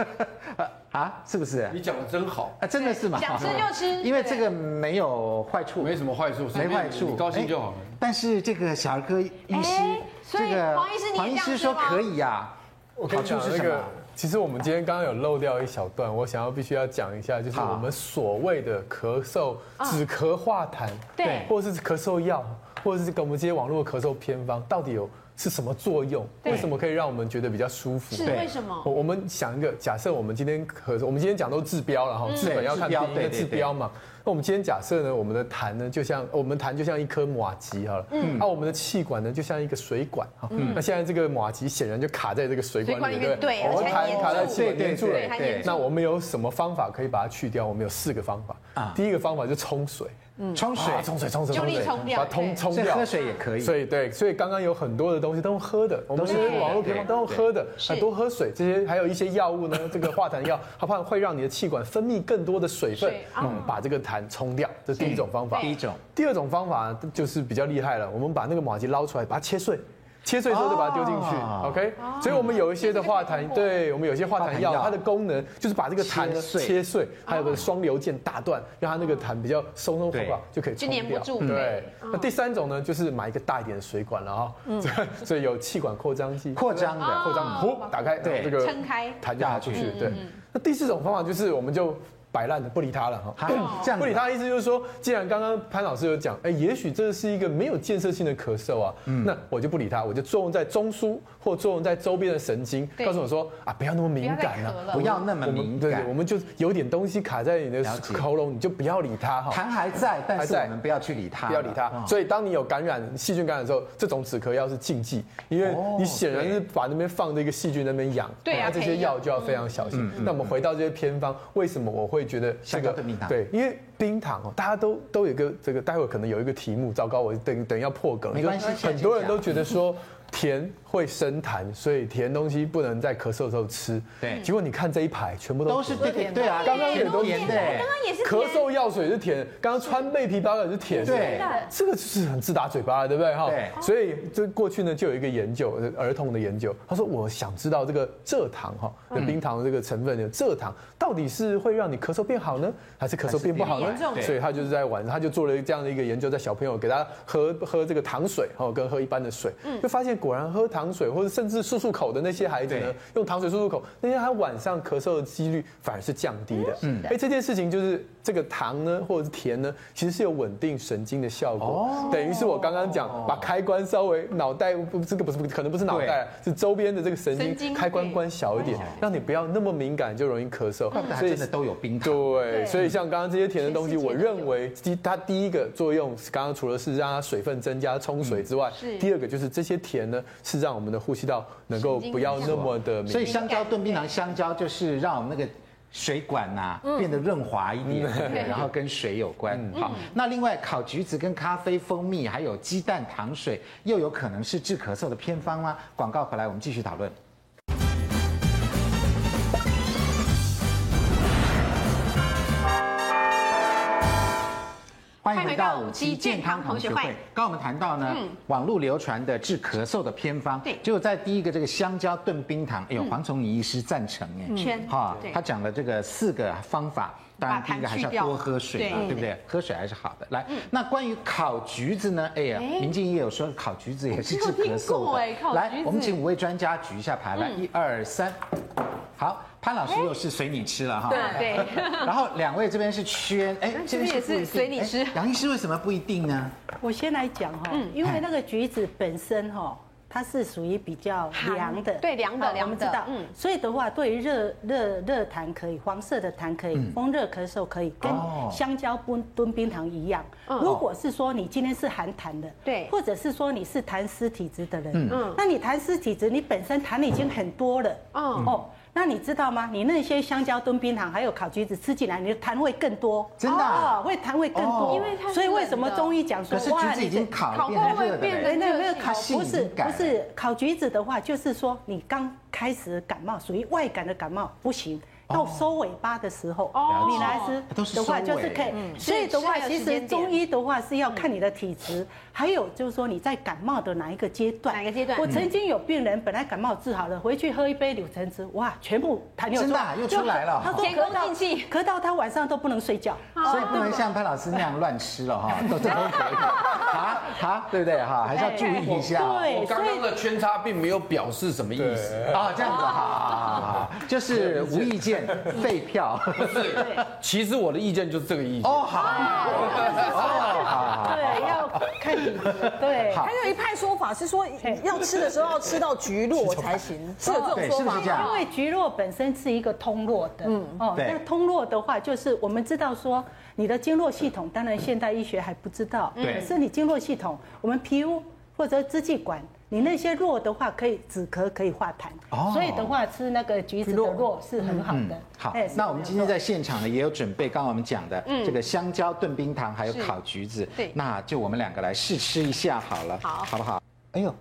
啊，是不是？你讲的真好，啊，真的是吗？想吃就吃因为这个没有坏处，没什么坏处，没随便坏你处，你高兴就好了哎。但是这个小儿科医师哎，所以这个黄医师你也黄医这师样说吃吗可以呀。我跟好你处讲是那什个么？，啊其实我们今天刚刚有漏掉一小段，我想要必须要讲一下，就是好啊我们所谓的咳嗽止咳化痰，对或者是咳嗽药，或者是跟我们这些网络的咳嗽偏方，到底有是什么作用？为什么可以让我们觉得比较舒服？是对为什么？我我们想一个假设，我们今天可我们今天讲都治标了哈，治本要治看第标一个对对治标嘛。那我们今天假设呢，我们的痰呢就像我们痰就像一颗马吉好了，嗯，那我们的气管呢就像一个水管哈，嗯那现在这个马吉显然就卡在这个水水管管里里面面，对我而们且还痰卡在黏住气管对黏住了对，还黏住那我们有什么方法可以把它去掉？我们有四个方啊法，第一个方法就冲水，嗯冲水啊，冲水冲水用冲力水，冲掉把它通对冲所以掉，喝水也可以。所以对，所以刚刚有很多的东西都用喝的，我们都这是些网络对平台都用喝的，是啊多喝水，这些还有一些药物 呢，这个化痰药，它怕会让你的气管分泌更多的水分水，啊哦嗯，把这个痰冲掉，这是第一种方法。第一种，第二种方法就是比较厉害了，我们把那个马吉捞出来，把它切碎。切碎之后就把它丢进去、哦 o k 所以我们有一些的化痰，对我们有一些化痰化痰药药，它的功能就是把这个痰切呢碎切碎，还有个双流键打断，让它那个痰比较松松垮垮，就可以就冲粘不掉住对，哎哦那第三种呢，就是买一个大一点的水管了哈，嗯 所以有气管扩张剂，扩张的哦扩张，呼，打开，对然后这个哦撑开嗯痰就打出去。对，那第四种方法就是我们就摆烂的，不理它了哈哈。啊这样不理他的意思就是说，既然刚刚潘老师有讲，哎，也许这是一个没有建设性的咳嗽啊，嗯那我就不理他，我就作用在中枢或作用在周边的神经，对告诉我说啊，不要那么敏感不要再咳了了，不要那么我们敏对感对，我们就有点东西卡在你的了解喉咙，你就不要理它哈。痰还在，但还是在我们不要去理它了，不要理它。嗯所以当你有感染细菌感染的时候，这种止咳药是禁忌，因为哦你显然是把那边放着一个细菌在那边养，对啊那这些药就要非常小嗯心。那我们回到这些偏方，为什么我会觉得这像个高顿冰糖对，因为冰糖哦，大家都都有一个这个，待会儿可能有一个题目，糟糕，我等等要破梗了，没关系就下很去多人讲都觉得说。甜会生痰，所以甜东西不能在咳嗽的时候吃。对结果你看这一排全部都都是对对对啊，刚刚也甜都甜刚的，刚也是咳甜嗽药水是甜，刚刚川贝枇杷膏也是甜的，对这个就是很自打嘴巴的，对不对哈？对所以这过去呢就有一个研究，呃儿童的研究，他说我想知道这个蔗糖哈，嗯那冰糖的这个成分的蔗糖到底是会让你咳嗽变好呢，还是咳嗽变不好呢还是变严重？所以他就是在玩，他就做了这样的一个研究，在小朋友给他喝喝这个糖水哈，跟喝一般的水，嗯就发现果然喝糖水或者甚至漱漱口的那些孩子呢对，用糖水漱漱口，那些他晚上咳嗽的几率反而是降低的。嗯，哎，这件事情就是这个糖呢，或者是甜呢，其实是有稳定神经的效果，哦等于是我刚刚讲把开关稍微脑袋不这个不是可能不是脑袋，啊是周边的这个神神经经开关关小一点，让你不要那么敏感，就容易咳嗽怪不得。还真的都有 冰糖。对，所以像刚刚这些甜的东西，全世界我认为第它第一个作用，刚刚除了是让它水分增加、冲水之外，是第二个就是这些甜呢，是让我们的呼吸道能够不要那么的敏所感。以香蕉炖冰糖，香蕉就是让我们那个水管呐、变得润滑一点，对然后跟水有关。好，那另外烤橘子跟咖啡、蜂蜜，还有鸡蛋糖水，又有可能是治咳嗽的偏方吗？广告回来我们继续讨论。欢迎回到五期健康同学会。刚刚我们谈到呢，网络流传的治咳嗽的偏方，嗯对嗯结果在第一个这个香蕉炖冰糖，哎呦，黄崇尼医师赞成哎，圈哈对，他讲了这个四个方法，当然把第一个痰还去是要掉多喝水嘛，对嗯对不对？喝水还是好的。来，那关于烤橘子呢？哎呀，民进也有说烤橘子也是治咳我听嗽过哎烤的。橘子嗯来，我们请五位专家举一下牌，来，一二三，好，潘老师又是随你吃了哈。哎对对。 然后两位这边是圈，哎，这边这边也是不一定随你哎吃杨医师为什么不一定呢？我先来讲哈，嗯因为那个橘子本身哈，它是属于比较凉的，寒对凉的好我凉们知的道，嗯嗯，所以的话，对于热热热痰可以，黄色的痰可嗯以，风热咳嗽可以，跟哦香蕉炖炖冰糖一样。如果是说你今天是寒痰的，嗯对或者是说你是痰湿体质的人，嗯，那你痰湿体质，你本身痰已经很多了，嗯哦，那你知道吗？你那些香蕉炖冰糖还有烤橘子吃进来，你的痰会更多，真的啊哦会痰会更哦多，因为它是所以为什冷么的哦中医讲说可是橘子已经哎这烤了，烤变过成会热的变嘞得没有没有它烤性不是敏感不是烤橘子的话，就是说你刚开始感冒属于外感的感冒不行，到哦收尾巴的时候，哦你来吃哎都是的话收就尾嗯是可以。所是以的话，是有其时间实点中医的话是要看你的体质，还有就是说你在感冒的哪一个阶段。哪个阶段我曾经有病人本来感冒治好了，回去喝一杯柳橙汁，哇，全部痰又真的啊又出来了啊就他说前咳功到尽弃咳到他晚上都不能睡觉。所以不能像潘老师那样乱吃了 哈，都都可以啊啊，对不对哈？还是要注意一下啊对我刚刚的圈叉并没有表示什么意思。哦啊，这样子哈，好好好好就是无意间见废票。其实我的意见就是这个意见。哦，好，对，要看你对。还有一派说法是 说，要吃的时候要吃到菊络才行，是有这种对，说是不法是这吗？样因？为菊络本身是一个通络的，嗯，哦，对那通络的话，就是我们知道说你的经络系统，当然现代医学还不知道，嗯对可是你经络系统，我们皮肤或者支气管。你那些络的话，可以止咳，可以化痰，哦嗯所以的话吃那个橘子的络是很好的。好哎，是那我们今天在现场呢也有准备，刚刚我们讲的嗯这个香蕉炖冰糖，还有烤橘子，对那就我们两个来试吃一下好了，好好不好？哎 呦，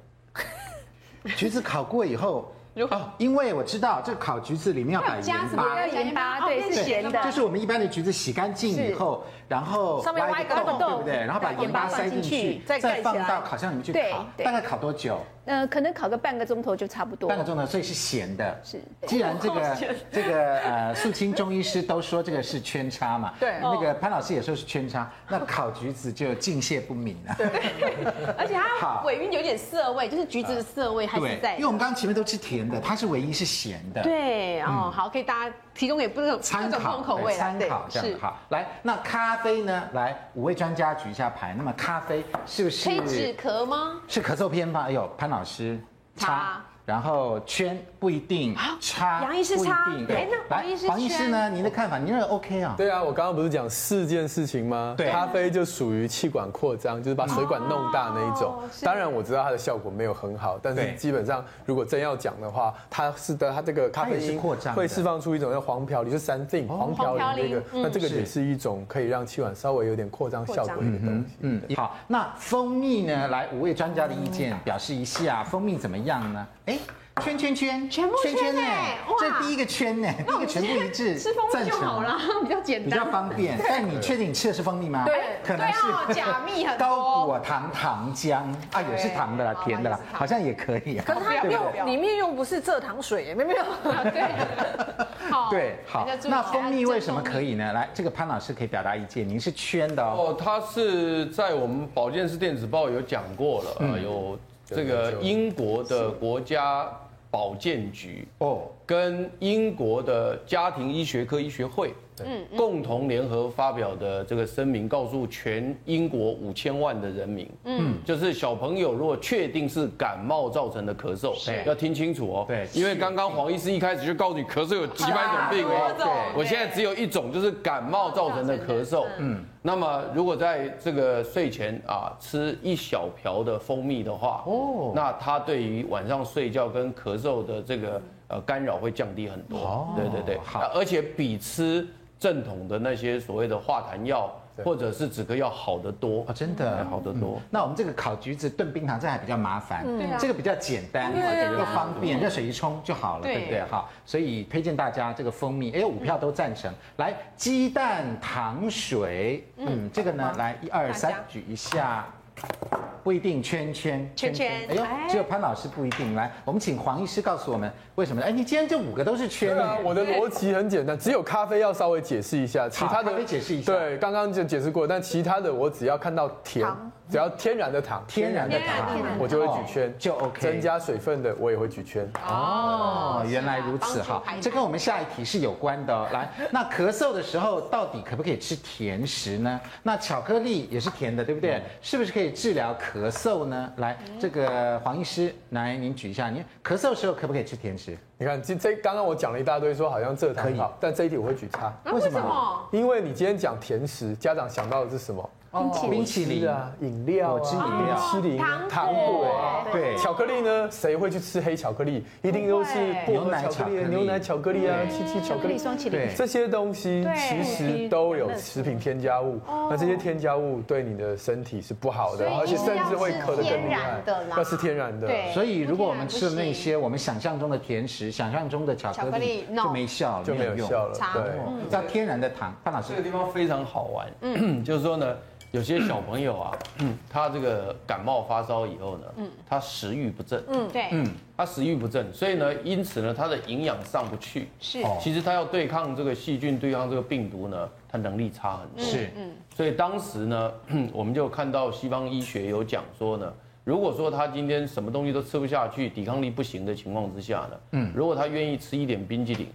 橘子烤过以后。如何哦因为我知道这烤橘子里面要摆盐加什么巴，要盐巴？对，是咸的，就是我们一般的橘子洗干净以后，然后上面挖一个洞，洞对不对？然后把然后盐巴把它塞放进进去去，再盖起放来到烤箱里面去对烤，对大概烤多久？呃，可能烤个半个钟头就差不多半。个钟头，所以是咸的。是 既然这个 这个呃，素清中医师都说这个是圈叉嘛，对那个潘老师也说是圈叉，那烤橘子就敬谢不敏了。对而且它好尾韵有点涩味，就是橘子的涩味还是在因为。我们刚刚前面都吃甜的，它是唯一是咸的。。对哦，好，可以大家提供给不同各参种不考同口味啦参对考这是样好。来，那咖啡呢？来，五位专家举一下牌。那么咖啡是不是可以止咳吗？是咳嗽偏吗？哎呦，潘老师叉然后圈不一定，叉啊杨医师不一叉定哎对，那黄医师来黄医师圈呢？您的看法，您认为 OK 啊？对啊，我刚刚不是讲四件事情吗？对咖啡就属于气管扩张，就是把水管弄大那一种哦。是当然我知道它的效果没有很好，但对是基本上如果真要讲的话，它是的，它这个咖啡它也是因扩张的哦会释放出一种叫黄嘌呤，就三 thing 黄嘌呤这黄嘌个呤，嗯那这个也是一种可以让气管稍微有点扩张效果的东西。嗯，好，那蜂蜜呢？来，五位专家的意嗯见表示一下，蜂蜜怎么样呢？哎，圈圈圈，全部圈呢哎这哇第一个圈呢，第一个全部一致，吃 蜂蜜赞就成好了，比较简比较单。方便。但你确定你吃的是蜂蜜吗？对可能对哦是 假蜜很多高啊果糖糖浆啊，也是糖的啦，对甜的啦好吧也是，糖好像也可以啊。可是它对不对用里面用不是蔗糖水，没有没有，对，好，对，好大家注，意那一下蜂蜜为什么真可以呢？来，这个潘老师可以表达意见，您是圈的哦。哦，他是在我们保健室电子报有讲过了，呃有这个英国的国家保健局哦，跟英国的家庭医学科医学会，嗯，共同联合发表的这个声明，告诉全英国五千万的人民，嗯，就是小朋友如果确定是感冒造成的咳嗽，要听清楚哦，对因为刚刚黄医师一开始就告诉你咳嗽有几百种病哦，对，我现在只有一种就是哦感冒造成的咳嗽，嗯，那么如果在这个睡前啊吃一小瓢的蜂蜜的话，哦哦，那它对于晚上睡觉跟咳嗽的这个呃干扰会降低很多。哦对对对，好啊而且比吃正统的那些所谓的化痰药或者是止咳药好得多哦，。真的嗯哎好得多。那我们这个烤橘子炖冰糖，这还比较麻烦，啊这个比较简单，又方便，热水一冲就好了，对对不对？好，所以推荐大家这个蜂蜜，哎，有五票都赞成。来，鸡蛋糖水，嗯，这个呢，来一二三大家，举一下。不一定圈圈圈圈哎呦，只有潘老师不一定。来，我们请黄医师告诉我们为什么？哎，你今天这五个都是圈对啊耶，我的逻辑很简单，只有咖啡要稍微解释一下，其他的咖啡解释一下对，刚刚就解释过，但其他的我只要看到甜，只要天然的糖，天然的天然糖天然，我就会举圈，就 OK 增加水分的我也会举圈。哦，是啊原来如此帮助哈排，这跟我们下一题是有关的哦。来，那咳嗽的时候到底可不可以吃甜食呢？那巧克力也是甜的，对嗯不对？是不是可以治疗咳嗽呢？来，这个黄医师，来您举一下，您咳嗽的时候可不可以吃甜食？你看，这这刚刚我讲了一大堆，说好像蔗可糖以好，但这一题我会举叉，啊为什么？因为你今天讲甜食，家长想到的是什么？哦冰淇是淋啊，饮料果啊，汁饮料冰淇淋啊、糖糖果果啊啊。对巧克力呢？谁会去吃黑巧克力？一定都是薄荷巧克力、牛牛奶奶巧巧克力啊、对七七巧巧克克力力、双麒麟对这些东西其实都有食品添加物，那这些添加物对你的身体是不好的，哦所以而且甚至会咳得更厉一定要吃天害然的啦，要吃天然的。对所以如果我们吃了那些我们想象中的甜食、想象中的巧巧克克力力，就 no 嗯没效，就没有用效了茶。对，哦要天然的糖，潘老师这个地方非常好玩，嗯， 就是说呢，有些小朋友啊， 他这个感冒发烧以后呢，他食欲不振，嗯，对，他食欲不振，所以呢，因此呢，他的营养上不去。是其实他要对抗这个细菌、对抗这个病毒呢，他能力差很多。是嗯所以当时呢， 我们就看到西方医学有讲说呢，如果说他今天什么东西都吃不下去，抵抗力不行的情况之下呢，嗯，如果他愿意吃一点冰激凌，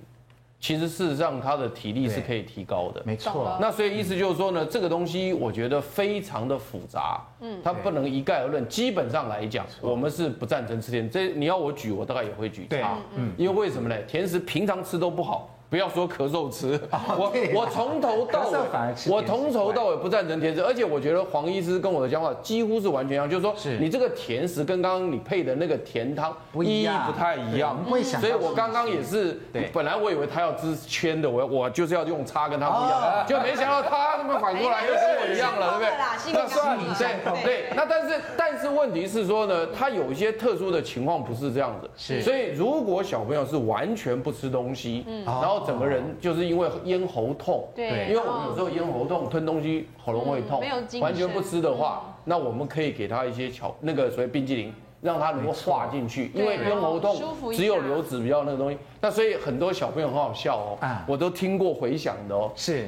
其实事实上他的体力是可以提高的。没错，那所以意思就是说呢，这个东西我觉得非常的复杂，嗯，它不能一概而论。基本上来讲，我们是不赞成吃甜。这你要我举，我大概也会举对差，嗯，因为为什么呢？甜食平常吃都不好。不要说咳嗽吃，我对啊我从头到咳嗽反而吃甜尾，我食从头到尾不赞成甜食，而且我觉得黄医师跟我的想法几乎是完全一样，就是说是你这个甜食跟刚刚你配的那个甜汤不一样不太一样对我们，不会想到所以我刚刚也是对本来我以为他要支圈的，我我就是要用叉跟他不一哦样，就没想到他他妈反过来又跟我一样了，对不对？心里那算想了法，对对。那但是但是问题是说呢，他有一些特殊的情况不是这样子，是所以如果小朋友是完全不吃东西，然后整个人就是因为咽喉痛，嗯对因为我们有时候咽喉痛，吞东西喉咙会痛，嗯没有精神嗯完全不吃的话，那我们可以给他一些巧那个所谓冰激凌。让他能够化进去，因为对咽喉痛舒服一下只有流子比较那个东西，那所以很多小朋友很好笑哦啊，我都听过回响的哦，是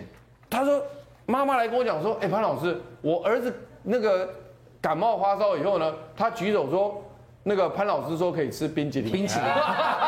他说妈妈来跟我讲说，哎、潘老师，我儿子那个感冒发烧以后呢，他举手说，那个潘老师说可以吃冰淇淋。哎冰淇淋。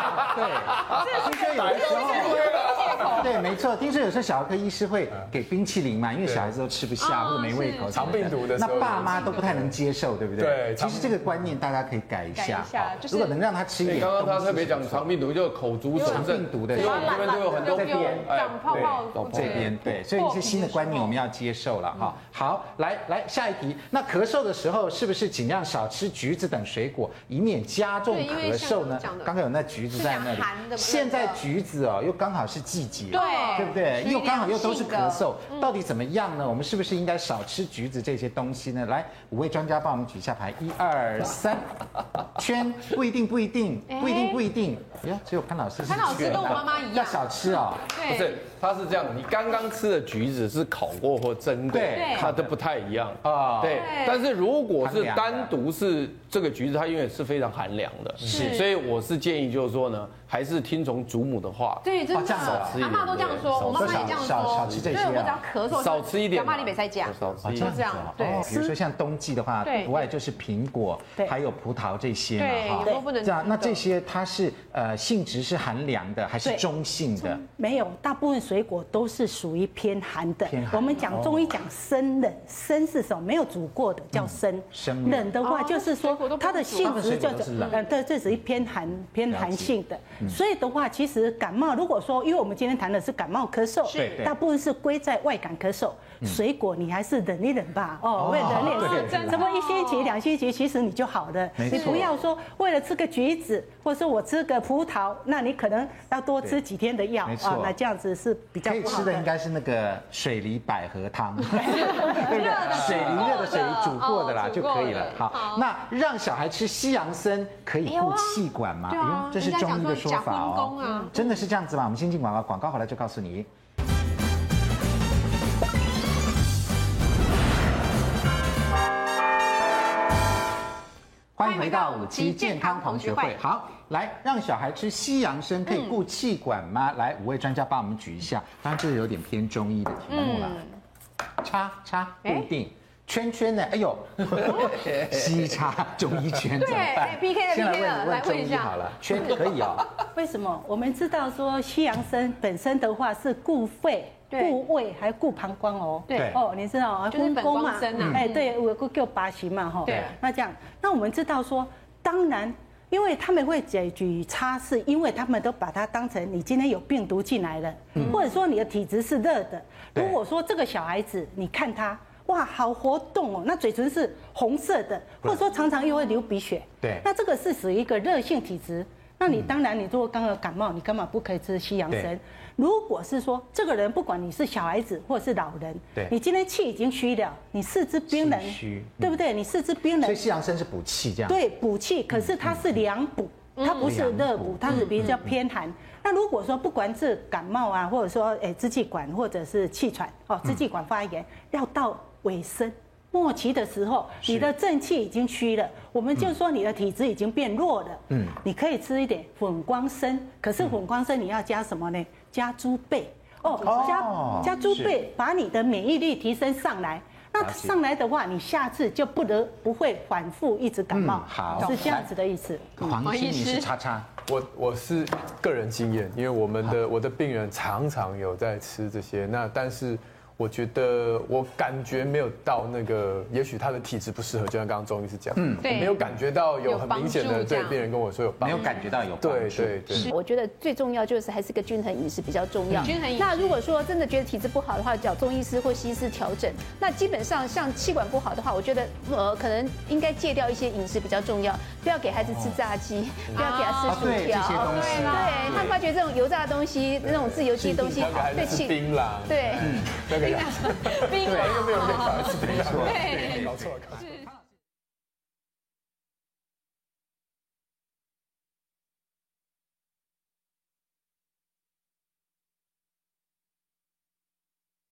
对，听说有的时候。对，没错。听说有时候小儿科医师会给冰淇淋嘛，因为小孩子都吃不下哦或者没胃口什么的，是是是肠病毒的时那候爸妈都不太能接受，对不对？对其实这个观念大家可以改一改下啊一下，就是如果能让他吃一对点刚东西是不错。刚他特别讲肠病毒，就是口足神肠症病毒的因为我们这边都有很多哎这边长泡泡对这边对，所以一些新的观念我们要接受嗯了哈。好，来来下一题。那咳嗽的时候是不是尽量少吃橘子等水果，以免加重对因为咳嗽呢像刚刚讲的？刚刚有那橘子在那是里讲寒的嘛，现在橘子哦又刚好是季节，对对不对？属于又刚好又都是咳凉性嗽，到底怎么样呢？我们是不是应该少吃橘子这些东西呢？来，五位专家帮我们举一下牌，一二三， 圈不一定不一定不一定不一定，哎呀，只有潘老师是潘老师圈跟我啊妈妈一样要少吃哦。不是，它是这样，你刚刚吃的橘子是烤过或蒸过对对，它都不太一样啊啊。对，但是如果寒是凉的单独是这个橘子，它因为是非常寒凉的，是所以我是建议就是说呢，还是听从祖母的话，对，真哦这的，样子啊阿妈都这样说，我妈妈也这样少少说少，吃这对些啊我只要咳嗽，少吃一点阿嘛，妈你别再讲，少吃就一啊点啊这。样哦，对。比如说像冬季的话，对国外就是苹果，对还有葡萄这些对嘛，有时候不能这样，吃那的这些它是呃性质是寒凉的，还是对中性的？没有，大部分水果都是属于偏寒的。偏寒哦我们讲中医讲生冷，生是什么？没有煮过的叫生。嗯生冷冷的话就是哦水说果都不它的用煮性大质就部分水果都是是冷，嗯嗯，对，这属于偏寒偏寒性的。所以的话，其实感冒如果说，因为我们今天谈的是感冒咳嗽是对，嗯大部分是归在外感咳嗽。水果你还是忍一忍吧，哦哦，为忍对忍是，什么一星期两星期，其实你就好了。没你错不要说为了吃个橘子，或者说我吃个葡萄，那你可能要多对吃几天的药没错啊，那这样子是比较可以不好吃的应的。该是那个水梨百 合汤，对不对？水梨热的水梨煮过的啦哦煮就过可以了的。好，那让小孩吃西洋参可以有固啊气管吗？对啊哎呦这是人家中讲医说的说假法荤哦功啊，真的是这样子吗？我们先进广告，广告回来就告诉你。欢迎回到五期健康同学会。嗯好，来让小孩吃西洋参可以固气管吗？来，五位专家帮我们举一下。当然，这是有点偏中医的题目了。叉叉固定。圈圈呢？哎呦，西叉中医圈怎么办哎，PK 了先来 PK 了问来问中问一医下好了，圈可以 哦。为什么？我们知道说西洋参本身的话是固肺、对固胃，还固膀胱哦。对哦，你知道啊，就是荤本功光参啊哎，对，我固叫八型嘛哈。对那这样，那我们知道说，当然。因为他们会解举差，是因为他们都把它当成你今天有病毒进来了，嗯或者说你的体质是热的。对如果说这个小孩子，你看他哇，好活动哦，那嘴唇是红色的，或者说常常又会流鼻血，对那这个是属于一个热性体质。那你当然，你如果刚刚感冒，你根本不可以吃西洋嗯对参。如果是说这个人，不管你是小孩子或是老人，对你今天气已经虚了，你四肢冰冷气虚，嗯对不对？你四肢冰所冷以，西洋参是补气这样。对，补气，可是它是凉补，它不是热补，它是比较偏寒。那如果说不管是感冒啊，或者说诶支气管或者是气喘哦，支气管发炎，要到尾声。末期的时候，你的正气已经虚了，我们就说你的体质已经变弱了。嗯，你可以吃一点混光参，可是混光参你要加什么呢？加猪贝哦哦，加加猪贝，把你的免疫力提升上来。那上来的话，你下次就不得不会反复一直感冒。嗯好是这样子的意思。黄医师，你是叉叉，我我是个人经验，因为我们的我的病人常常有在吃这些，那但是我觉得我感觉没有到那个，也许他的体质不适合，就像刚刚钟医师讲，嗯，我对没有感觉到有有很帮明显助的这对样病人跟我说有帮没有助，感觉到有帮对助对对。我觉得最重要就是还是个均衡饮食比较重要。均衡饮食那如果说真的觉得体质不好的话，找中医师或西医师调整。那基本上像气管不好的话，我觉得呃可能应该戒掉一些饮食比较重要，不要给孩子吃炸鸡，不要给他啊吃，薯对这条。些东西，对他发觉这种油炸的东西，那种自由基的东西那个还，对是吃气，槟榔，对。嗯那个又没有人想吃槟没榔，错对，搞错了，搞错了。是